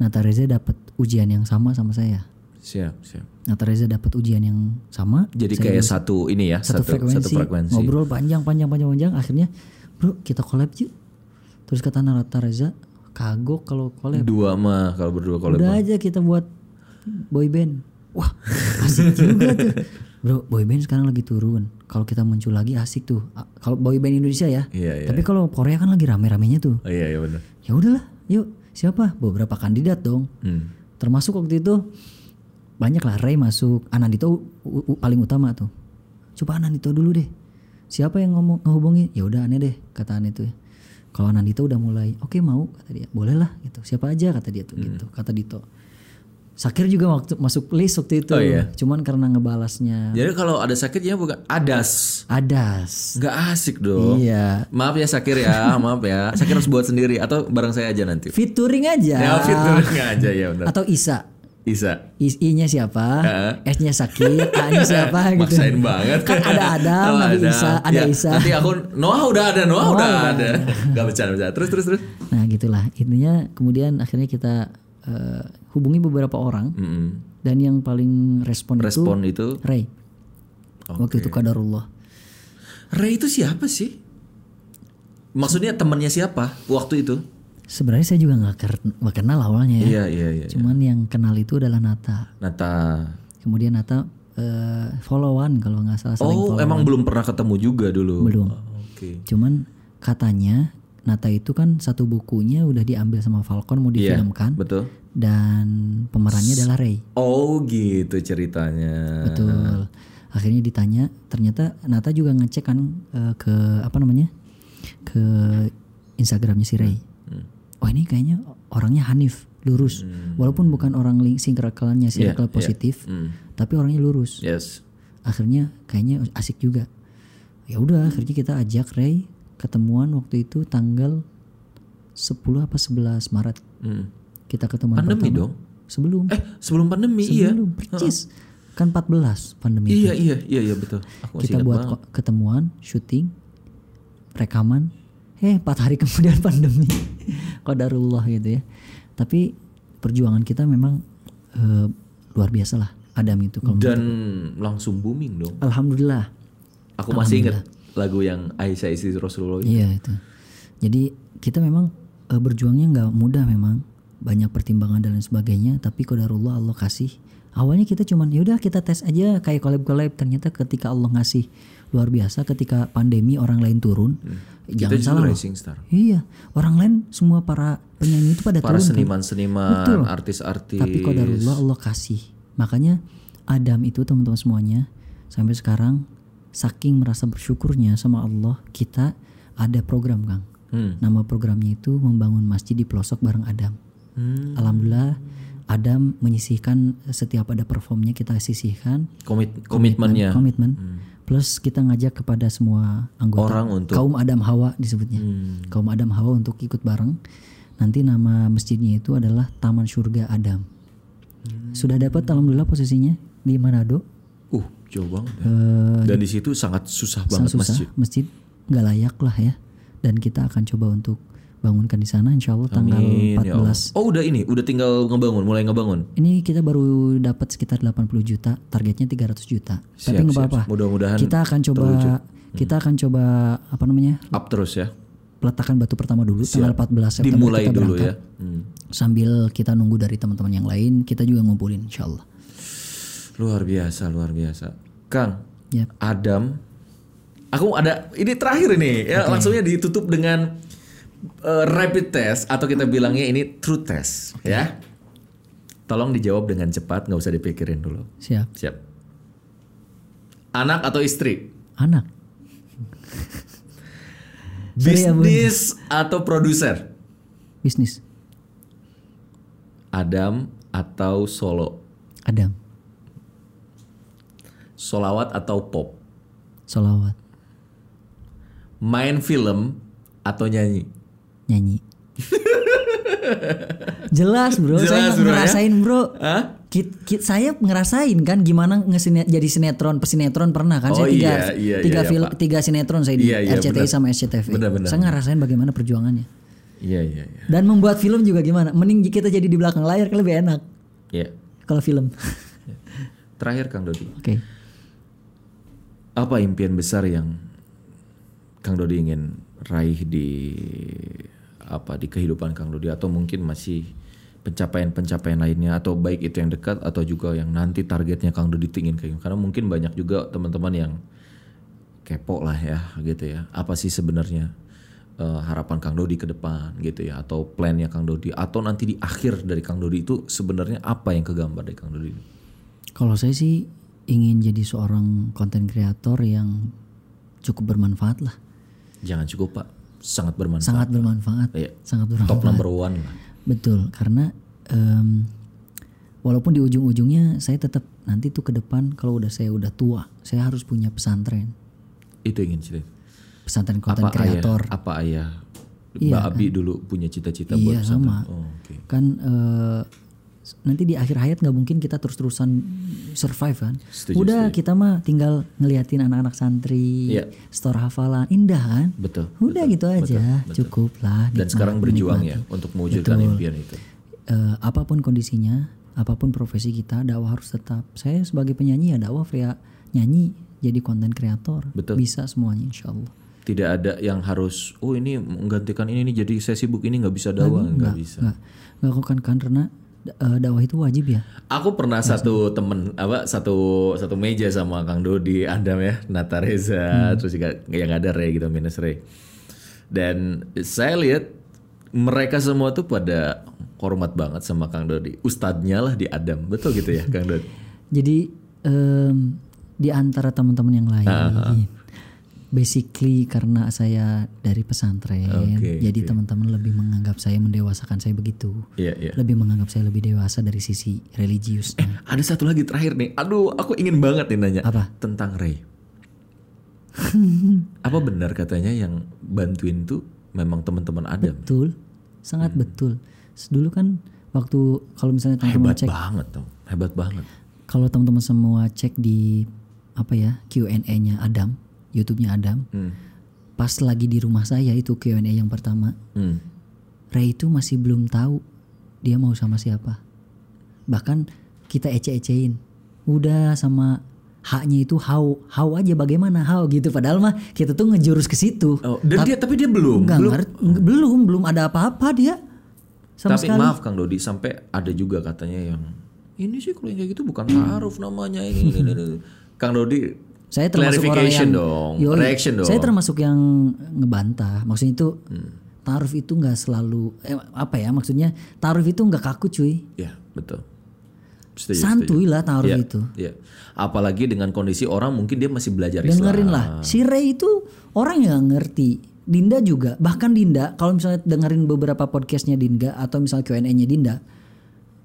Nata Reza dapat ujian yang sama sama saya Siap, siap. Nata Reza dapat ujian yang sama Jadi kayak satu ini ya, satu, frekuensi, Satu frekuensi. ngobrol panjang panjang panjang panjang akhirnya bro kita collab yuk terus kata Nata Reza kagok kalau collab Dua mah kalau berdua kalau ya. udah aja kita buat boy band wah asik juga tuh bro boy band sekarang lagi turun kalau kita muncul lagi asik tuh A- kalau boy band Indonesia ya Iya, iya. tapi kalau Korea kan lagi rame-ramenya tuh Oh, iya, iya benar. ya udahlah yuk siapa beberapa kandidat dong Hmm. termasuk waktu itu banyak lah Ray masuk Anandito u- u- paling utama tuh coba Anandito dulu deh siapa yang ngomong ngehubungi ya udah aneh deh kata aneh tuh kalau Anandito udah mulai oke mau kata dia boleh lah gitu siapa aja kata dia tuh gitu Hmm. kata Dito Sakir juga waktu masuk list waktu itu Oh, iya. cuman karena ngebalasnya Jadi kalau ada sakitnya bukan adas. adas Nggak asik dong. iya Maaf ya Sakir ya, maaf ya. Sakir harus buat sendiri atau bareng saya aja nanti. featuring aja Ya featuring aja ya benar. atau Isa Isa. I-nya siapa, S-nya sakit, A-nya siapa gitu. Maksain banget. Kan ada Adam, Oh, ada Isa, ada Ya, Isa. Nanti aku Noah udah ada, Noah, udah ada. Gak bercanda bercanda. Terus terus terus. Nah gitulah intinya kemudian akhirnya kita eh, hubungi beberapa orang Mm-mm. dan yang paling respon, Respon itu itu Ray. Waktu itu Kadarullah. Ray itu siapa sih? Maksudnya temannya siapa waktu itu? Sebenarnya saya juga nggak ker- nggak kenal awalnya ya. Iya iya iya. Cuman yang kenal itu adalah Nata. Nata. Kemudian Nata eh, followan kalau nggak salah saling Oh follow. emang belum pernah ketemu juga dulu. Belum. Oh, Oke. Cuman katanya Nata itu kan satu bukunya udah diambil sama Falcon mau Iya. difilmkan Betul. dan pemerannya adalah Ray. Oh gitu ceritanya. Betul. Akhirnya ditanya, ternyata Nata juga ngecek kan eh, ke apa namanya? ke Instagramnya si Ray. Hmm. Oh, ini kayaknya orangnya Hanif, lurus. Walaupun bukan orang link singkrakelannya Iya, singkrakal positif, Hmm. tapi orangnya lurus. Yes. Akhirnya kayaknya asik juga. Ya udah, akhirnya kita ajak Ray ketemuan waktu itu tanggal 10 apa 11 Maret. Hmm. Kita ketemuan Pandemi pertama. dong. Sebelum Eh, sebelum pandemi iya. sebelum percis. Kan 14 pandemi. Iya, iya, iya, iya betul. Aku masih kita ingat buat banget. ko- ketemuan, syuting, rekaman. Eh, empat hari kemudian pandemi. Qadarullah gitu ya. Tapi perjuangan kita memang eh, luar biasa lah. Adam itu kalau dan langsung booming dong. Alhamdulillah. Aku masih ingat lagu yang Aisyah Isi Rasulullah. itu. Iya itu. Jadi kita memang eh, berjuangnya nggak mudah memang. Banyak pertimbangan dan lain sebagainya. Tapi Qadarullah Allah kasih. Awalnya kita cuman yaudah kita tes aja kayak collab-collab. Ternyata ketika Allah ngasih luar biasa ketika pandemi orang lain turun. Jangan Hmm. Kita salah juga loh. rising star. Iya, orang lain semua para penyanyi itu pada turun kan? Para Betul. seniman-seniman, artis-artis. Tapi kodarullah Allah kasih. Makanya Adam itu teman-teman semuanya sampai sekarang saking merasa bersyukurnya sama Allah kita ada program Kang. Hmm. Nama programnya itu membangun masjid di pelosok bareng Adam. Hmm. Alhamdulillah Adam menyisihkan eh, setiap ada performnya kita sisihkan Komit komitmennya. Hmm. komitmen. Plus kita ngajak kepada semua anggota Orang untuk- kaum Hmm. Adam Hawa disebutnya. Kaum Adam Hawa untuk ikut bareng. Nanti nama masjidnya itu adalah Taman Surga Adam. Hmm. Sudah dapat alhamdulillah posisinya di Manado. Uh, jauh banget. ya. Dan di situ sangat susah Eh, Sangat banget susah masjid. masjid nggak layak lah ya. Dan kita akan coba untuk bangunkan di sana insya Allah tanggal Amin, ya Allah. 14. Oh, udah ini, udah tinggal ngebangun, mulai ngebangun. Ini kita baru dapat sekitar 80 juta, targetnya 300 juta. Tapi Siap, nggak siap. apa-apa. Mudah-mudahan Hmm. Kita akan coba kita akan coba apa namanya? Up terus ya. peletakan batu pertama dulu tanggal 14 September Dimulai kita dulu berangkat. ya. Hmm. Sambil kita nunggu dari teman-teman yang lain, kita juga ngumpulin insya Allah. Luar biasa, luar biasa. Kang, Yap. Adam. Aku ada ini terakhir ini ya langsungnya ditutup dengan eh, rapid test atau kita bilangnya ini true test ya. Tolong dijawab dengan cepat, nggak usah dipikirin dulu. Siap. Siap. Anak atau istri? Anak. Sorry ya, Bun. Bisnis atau produser? Bisnis. Adam atau solo? Adam. Solawat atau pop? Solawat. Main film atau nyanyi? Nyanyi. Jelas bro. saya Jelas, bro, ya? ngerasain bro. Hah? Kit, kit- saya ngerasain kan gimana ngesine- jadi sinetron pesinetron pernah kan saya Oh, tiga iya, iya, tiga iya, film Pak. tiga sinetron saya di Iya, iya, RCTI benar. sama SCTV Benar, benar, saya ngerasain bagaimana perjuangannya Iya, iya, iya. dan membuat film juga gimana mending kita jadi di belakang layar kan lebih enak Iya. kalau film Terakhir Kang Dodi, oke apa impian besar yang Kang Dodi ingin raih di apa di kehidupan Kang Dodi atau mungkin masih pencapaian-pencapaian lainnya atau baik itu yang dekat atau juga yang nanti targetnya Kang Dodi ingin kayak gimana? karena mungkin banyak juga teman-teman yang kepo lah ya gitu ya apa sih sebenarnya eh, harapan Kang Dodi ke depan gitu ya atau plannya Kang Dodi atau nanti di akhir dari Kang Dodi itu sebenarnya apa yang kegambar dari Kang Dodi ini? Kalau saya sih ingin jadi seorang konten kreator yang cukup bermanfaat lah. Jangan cukup pak, sangat bermanfaat. Sangat bermanfaat. Iya. Sangat bermanfaat. Top number one lah. Betul, karena em, walaupun di ujung-ujungnya saya tetap nanti tuh ke depan kalau udah saya udah tua, saya harus punya pesantren. Itu ingin cerita. Pesantren konten Apa Ah, iya. kreator. ayah? Apa ayah? Mbak Abi dulu punya cita-cita buat Iya, pesantren. sama. Oh, oke. Kan eh, s- nanti di akhir hayat nggak mungkin kita terus-terusan survive kan. Setuju, udah kita mah tinggal ngeliatin anak-anak santri, Iya. store hafalan, indah kan? Betul. Udah gitu aja, cukup lah. Dan nikmat- sekarang berjuang ya menikmati. untuk mewujudkan Betul. impian itu. Eh, apapun kondisinya, apapun profesi kita, dakwah harus tetap. Saya sebagai penyanyi ya dakwah via nyanyi, jadi konten kreator, Betul. bisa semuanya insya Allah. Tidak ada yang harus, oh ini menggantikan ini nih, jadi saya sibuk ini nggak bisa dakwah, nggak bisa. Nggak, nggak kok kan karena eh, dakwah itu wajib ya. Aku pernah satu temen apa satu satu meja sama Kang Dodi, Adam ya, Nata Hmm. Reza, terus juga yang ada Ray gitu minus Ray. Dan saya lihat mereka semua tuh pada hormat banget sama Kang Dodi. Ustadznya lah di Adam, betul gitu ya Kang Dodi. Jadi em, di antara teman-teman yang lain, Ah, basically karena saya dari pesantren, Oke, jadi teman-teman lebih menganggap saya mendewasakan saya begitu, Iya iya. lebih menganggap saya lebih dewasa dari sisi religiusnya. Ada satu lagi terakhir nih. Aduh, aku ingin banget nih nanya Apa? tentang Ray. apa benar katanya yang bantuin tuh memang teman-teman Adam? Betul, sangat betul. Dulu kan waktu kalau misalnya teman-teman Hmm. Hebat cek, banget tuh, hebat banget. kalau teman-teman semua cek di apa ya Q&A-nya Adam, YouTube-nya Adam, Hmm. pas lagi di rumah saya itu Q&A yang pertama, Hmm. Ray itu masih belum tahu dia mau sama siapa. Bahkan kita ece-ecein, udah sama haknya itu how, how aja bagaimana how gitu. Padahal mah kita tuh ngejurus ke situ. Oh, dan dia tapi dia belum. Nggak belum. ngerti- belum belum ada apa-apa dia sama tapi sekali. maaf Kang Dodi sampai ada juga katanya yang ini sih kalau yang kayak gitu bukan taaruf namanya ini. ini, ini, ini." Kang Dodi Saya termasuk orang clarification yang dong, Yoi, reaction dong. Hmm. Saya termasuk yang ngebantah. Maksudnya itu tarif itu nggak selalu eh, apa ya maksudnya tarif itu nggak kaku cuy. ya, betul. Setuju, setuju. Santuy lah tarif Ya, itu. ya. Apalagi dengan kondisi orang mungkin dia masih belajar Dengerin lah. Islam. Si Ray itu orang yang nggak ngerti. Dinda juga bahkan Dinda kalau misalnya dengerin beberapa podcastnya Dinda atau misalnya Q&A-nya Dinda,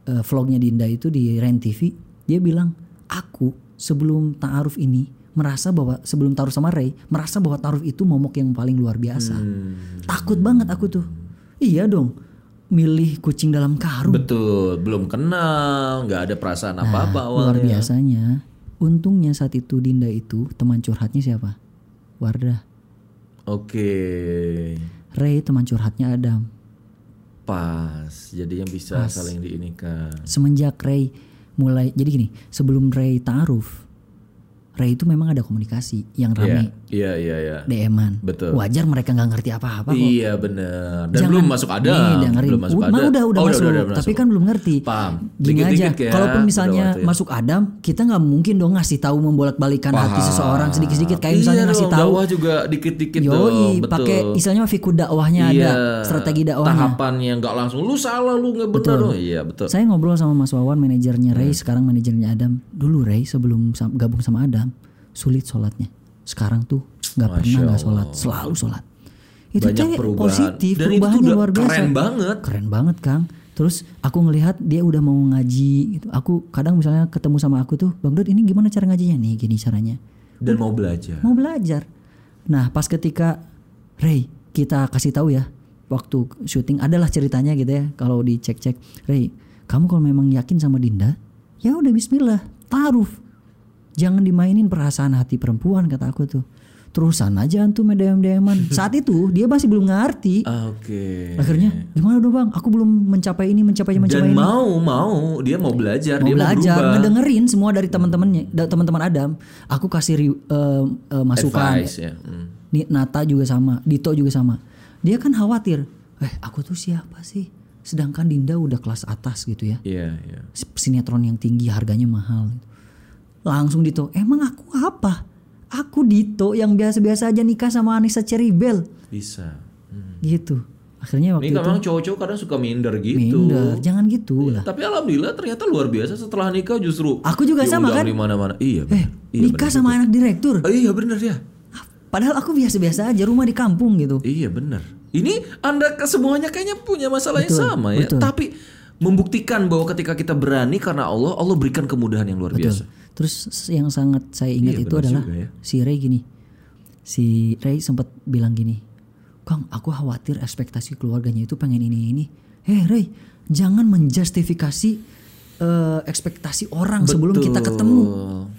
eh, vlognya Dinda itu di Ren TV dia bilang aku sebelum taaruf ini merasa bahwa sebelum taruh sama Ray merasa bahwa taruh itu momok yang paling luar biasa. Hmm. Takut banget aku tuh. Iya dong. Milih kucing dalam karung. Betul, belum kenal, nggak ada perasaan Nah, apa-apa luar awalnya. biasanya. Untungnya saat itu Dinda itu teman curhatnya siapa? Wardah. Oke. Ray teman curhatnya Adam. Pas, jadinya bisa saling diinikan. Semenjak Ray mulai jadi gini, sebelum Ray taaruf, Ray itu memang ada komunikasi yang Iya, rame, iya, iya, iya. DM-an. Betul. Wajar mereka nggak ngerti apa-apa kok. Iya benar. Dan Jangan- belum masuk ada. Nih, dengerin. Belum masuk Udah, ada. udah, udah Oh, masuk, tapi kan belum ngerti. Paham. Gini aja, Dikit-dikit ya, kalaupun misalnya udah waktu ya. masuk Adam, kita nggak mungkin dong ngasih tahu membolak-balikan hati Paham. seseorang sedikit-sedikit kayak Iya misalnya ngasih dong, tahu dakwah juga dikit-dikit dong. Yoi, betul. Iya. pakai istilahnya mah fikud dakwahnya ada, strategi dakwahnya. Tahapannya nggak langsung lu salah lu nggak benar. dong. Iya, betul. Hmm. Saya ngobrol sama Mas Wawan manajernya Ray, sekarang manajernya Adam. Dulu Ray sebelum sam- gabung sama Adam, sulit sholatnya. Sekarang tuh nggak pernah nggak sholat selalu sholat itu Banyak cewek perubahan. positif Dan itu perubahannya tuh udah luar biasa keren banget. keren banget kang terus aku ngelihat dia udah mau ngaji gitu aku kadang misalnya ketemu sama aku tuh bang Dod ini gimana cara ngajinya nih gini caranya dan mau belajar. mau belajar. Nah, pas ketika Ray, kita kasih tahu ya, waktu syuting adalah ceritanya gitu ya, kalau dicek-cek, Ray, kamu kalau memang yakin sama Dinda, ya udah bismillah, taruh. Jangan dimainin perasaan hati perempuan kata aku tuh. Terusan aja antum DM-DM-an. Saat itu dia masih belum ngerti. Ah, Oke. Akhirnya gimana dong Bang? Aku belum mencapai ini, mencapai mencapai ini Dan mau mau dia mau belajar dia mau belajar mau berubah. ngedengerin semua dari teman-temannya da- teman-teman Adam aku kasih ri- eh, eh, masukan Advice ya. Hmm. Ni- Nata juga sama Dito juga sama dia kan khawatir eh aku tuh siapa sih sedangkan Dinda udah kelas atas gitu ya Iya iya. sinetron yang tinggi harganya mahal gitu. langsung Dito emang aku apa aku Dito yang biasa-biasa aja nikah sama Anissa Ceribel Bisa. Hmm. gitu akhirnya Ini waktu itu memang cowok-cowok kadang suka minder gitu. minder jangan gitu lah Tapi alhamdulillah ternyata luar biasa setelah nikah justru. Aku juga sama, diundang kan? di mana-mana. Iya. eh bener. iya, nikah bener. sama anak direktur Ah, Ah, Iya bener ya. Padahal aku biasa-biasa aja rumah di kampung gitu. Iya bener. Ini anda ke semuanya kayaknya punya masalah yang Betul, sama ya. betul. Tapi membuktikan bahwa ketika kita berani karena Allah, Allah berikan kemudahan yang luar biasa. Terus yang sangat saya ingat Iya, itu benar adalah juga ya. si Ray gini. Si Ray sempat bilang gini, "Kang, aku khawatir ekspektasi keluarganya itu pengen ini ini." Eh, Ray, jangan menjustifikasi eh, ekspektasi orang sebelum kita Betul. ketemu.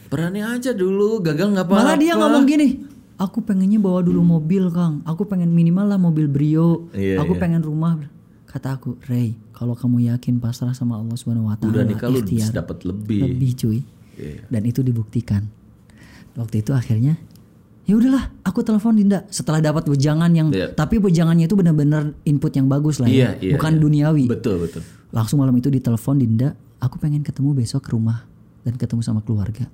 Berani aja dulu, gagal nggak apa-apa. Malah dia ngomong gitu. gini, "Aku pengennya bawa dulu mobil, Kang. Aku pengen minimal lah mobil Brio. Hmm. Iya, aku iya. pengen rumah." Kata aku, "Ray, kalau kamu yakin pasrah sama Allah Subhanahu wa taala, Udah nikah lu ikhtiar." dapat lebih. lebih cuy Iya. dan itu dibuktikan waktu itu akhirnya ya udahlah aku telepon Dinda setelah dapat wejangan yang Iya. tapi wejangannya itu benar-benar input yang bagus lah ya Iya, iya, bukan iya. duniawi Betul betul. langsung malam itu ditelepon Dinda aku pengen ketemu besok ke rumah dan ketemu sama keluarga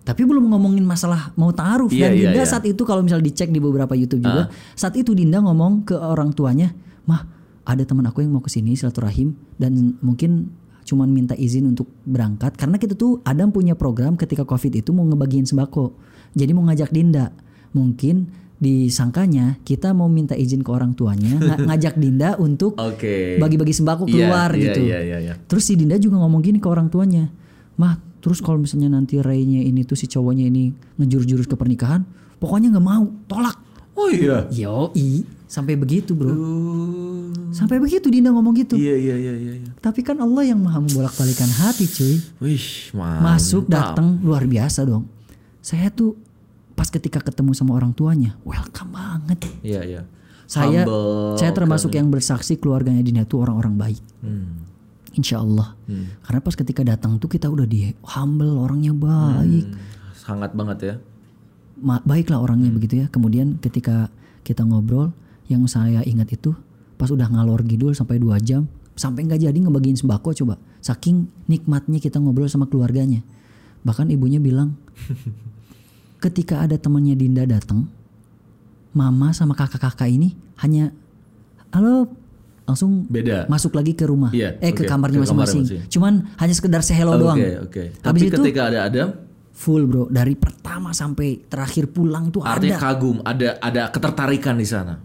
tapi belum ngomongin masalah mau taruh dan Iya, iya, Ah. Dinda iya. saat itu kalau misal dicek di beberapa YouTube juga saat itu Dinda ngomong ke orang tuanya mah ada teman aku yang mau kesini silaturahim dan mungkin cuman minta izin untuk berangkat karena kita tuh Adam punya program ketika covid itu mau ngebagiin sembako jadi mau ngajak Dinda mungkin disangkanya kita mau minta izin ke orang tuanya nga- ngajak Dinda Oh, untuk Oke. bagi-bagi sembako keluar Iya, gitu. Iya iya iya. Terus si Dinda juga ngomong gini ke orang tuanya, mah terus kalau misalnya nanti Ray-nya ini tuh si cowoknya ini ngejurus-jurus ke pernikahan, pokoknya nggak mau, tolak. Oh iya. Yoi, sampai begitu bro, Uh, sampai begitu Dinda ngomong gitu. Iya iya iya iya. iya. Tapi kan Allah yang maha membolak-balikan hati cuy, Wih, masuk Ah, mantap. datang luar biasa dong. Saya tuh pas ketika ketemu sama orang tuanya, welcome banget. Iya iya. Saya Humble, kan. saya termasuk yang bersaksi keluarganya Dinda tuh orang-orang baik. Hmm. Insya Allah. Karena pas ketika datang tuh kita udah di humble orangnya Hmm. baik, Sangat kan. banget ya. Ma- baiklah Hmm. orangnya begitu ya. Kemudian ketika kita ngobrol, yang saya ingat itu pas udah ngalor gidul sampai dua jam, sampai nggak jadi ngebagiin sembako coba. Saking nikmatnya kita ngobrol sama keluarganya. Bahkan ibunya bilang, ketika ada temannya Dinda datang, mama sama kakak-kakak ini hanya halo langsung Beda. masuk lagi ke rumah, Iya, eh ke oke, kamarnya ke kamarnya masing-masing. Cuman hanya sekedar say hello Oke doang. oke. Tapi Habis itu ketika ada Adam, full bro, dari pertama sampai terakhir pulang tuh artinya ada. kagum, ada ada ketertarikan di sana.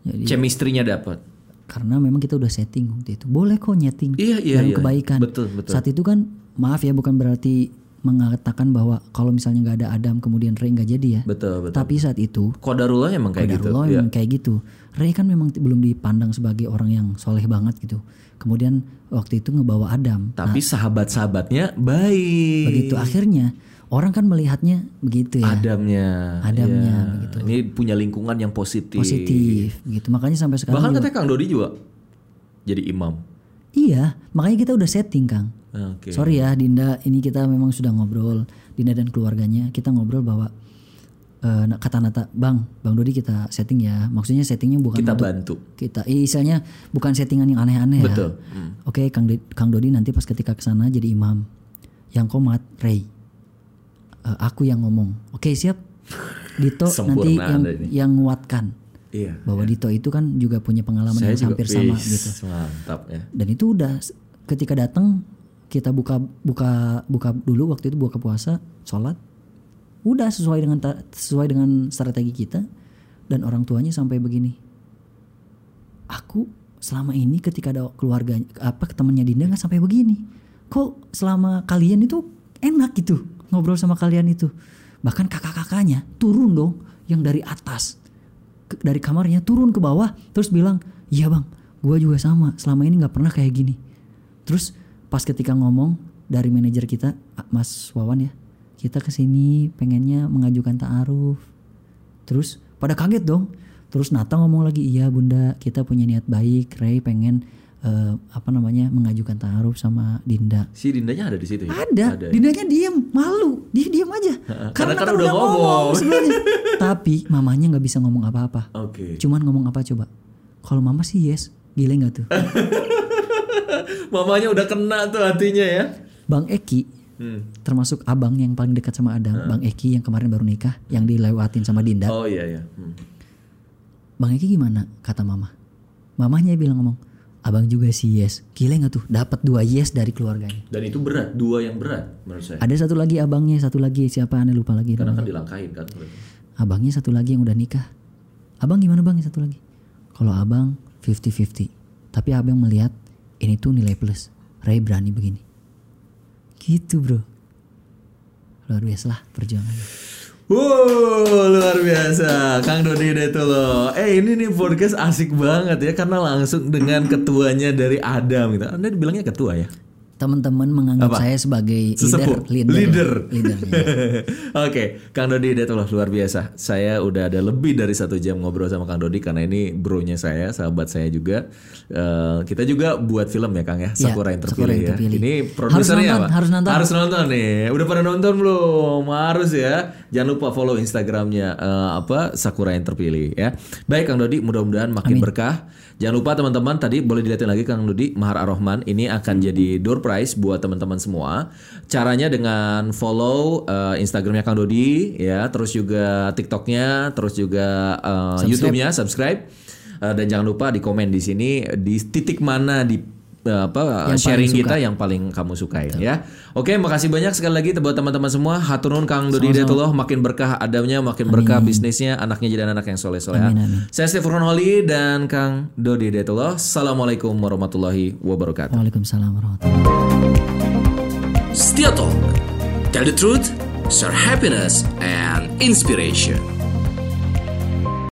Jadi, Chemistry-nya dapat. karena memang kita udah setting waktu itu. Boleh kok nyeting Iya, iya, dalam iya. kebaikan. Betul, betul. Saat itu kan maaf ya bukan berarti mengatakan bahwa kalau misalnya nggak ada Adam kemudian Ray nggak jadi ya. Betul betul. Tapi saat itu Kodarullah emang kayak gitu. Kodarullah Iya. memang kayak gitu. Ray kan memang t- belum dipandang sebagai orang yang soleh banget gitu. Kemudian waktu itu ngebawa Adam. Tapi sahabat-sahabatnya baik. Begitu akhirnya orang kan melihatnya begitu ya. Adamnya. Adamnya, gitu. Iya. Ini punya lingkungan yang positif. Positif gitu. Makanya sampai sekarang Bahkan juga- katanya Kang Dodi juga jadi imam. Iya, makanya kita udah setting, Kang. Oke. Sorry ya Dinda, ini kita memang sudah ngobrol Dinda dan keluarganya, kita ngobrol bahwa eh, na- kata Nata, Bang, Bang Dodi kita setting ya. Maksudnya settingnya bukan Kita untuk bantu. kita eh, istilahnya bukan settingan yang aneh-aneh ya. Betul. Hmm. Oke, Kang Di- Kang Dodi nanti pas ketika kesana jadi imam. Yang komat Ray. Eh, aku yang ngomong. Oke, siap. Dito nanti Sempurna yang Anda ini. yang nguatkan Iya. bahwa Dito itu kan juga punya pengalaman Saya yang juga hampir sama Wih, gitu Mantap ya. dan itu udah s- ketika datang kita buka buka buka dulu waktu itu buka puasa sholat udah sesuai dengan ta- sesuai dengan strategi kita dan orang tuanya sampai begini aku selama ini ketika ada keluarganya apa temannya Dinda nggak sampai begini kok selama kalian itu enak gitu ngobrol sama kalian itu bahkan kakak-kakaknya turun dong yang dari atas ke- dari kamarnya turun ke bawah terus bilang iya bang gua juga sama selama ini nggak pernah kayak gini terus pas ketika ngomong dari manajer kita ah, Mas Wawan ya kita kesini pengennya mengajukan taaruf Terus pada kaget dong. Terus Nata ngomong lagi, iya bunda kita punya niat baik. Ray pengen eh, apa namanya mengajukan taruh sama Dinda. Si Dindanya ada di situ ya? Ada, ya? Dindanya diem, malu. Dia diem aja. karena kan Nata udah ngomong. sebelumnya. Tapi mamanya nggak bisa ngomong apa-apa. Oke. Cuman ngomong apa coba? Kalau mama sih yes, gile nggak tuh? Mamanya udah kena tuh hatinya ya. Bang Eki Hmm. termasuk abang yang paling dekat sama Adam, Bang Eki yang kemarin baru nikah, yang dilewatin sama Dinda. Oh iya ya. Hmm. Bang Eki gimana? Kata mama. Mamahnya bilang ngomong, abang juga sih yes. Gila nggak tuh? Dapat dua yes dari keluarganya. Dan itu berat, dua yang berat menurut saya. Ada satu lagi abangnya, satu lagi siapa? Anda lupa lagi. Karena kan dilangkain kan. Abangnya satu lagi yang udah nikah. Abang gimana bang? Yang Satu lagi. Kalau abang 50-50. Tapi abang melihat ini tuh nilai plus. Ray berani begini. Gitu bro. Luar biasa lah perjuangannya. Wow, luar biasa. Kang Dodi deh itu loh. Eh ini nih podcast asik banget ya karena langsung dengan ketuanya dari Adam gitu. Anda bilangnya ketua ya? Teman-teman menganggap saya sebagai Sesepuh. leader. Leader. Leader, ya. Oke, Kang Dodi Detolah luar biasa. Saya udah ada lebih dari satu jam ngobrol sama Kang Dodi karena ini bronya saya, sahabat saya juga. Eh, kita juga buat film ya Kang ya, Sakura yang terpilih Sakura yang ya. terpilih. Ini Harus produsernya nonton, Pak. harus nonton. Harus nonton nih. Udah pada nonton belum? Harus ya. Jangan lupa follow Instagramnya eh, apa Sakura yang terpilih ya. Baik Kang Dodi, mudah-mudahan makin berkah. Jangan lupa teman-teman tadi boleh dilihatin lagi Kang Dodi Mahar Ar-Rahman ini akan jadi door prize buat teman-teman semua. Caranya dengan follow eh, Instagramnya Kang Dodi ya, terus juga TikToknya, terus juga eh, YouTube-nya subscribe. Eh, dan jangan lupa di komen di sini di titik mana di eh, apa sharing kita yang paling kamu sukai ya. Oke, makasih banyak sekali lagi buat teman-teman semua. Hatunun Kang Dodi Hidayatullah makin berkah adamnya, makin berkah bisnisnya, anaknya jadi anak yang soleh-soleh. Saya Steve Holi dan Kang Dodi Hidayatullah. Assalamualaikum warahmatullahi wabarakatuh. Waalaikumsalam warahmatullahi Setia Talk. Tell the truth, share happiness and inspiration.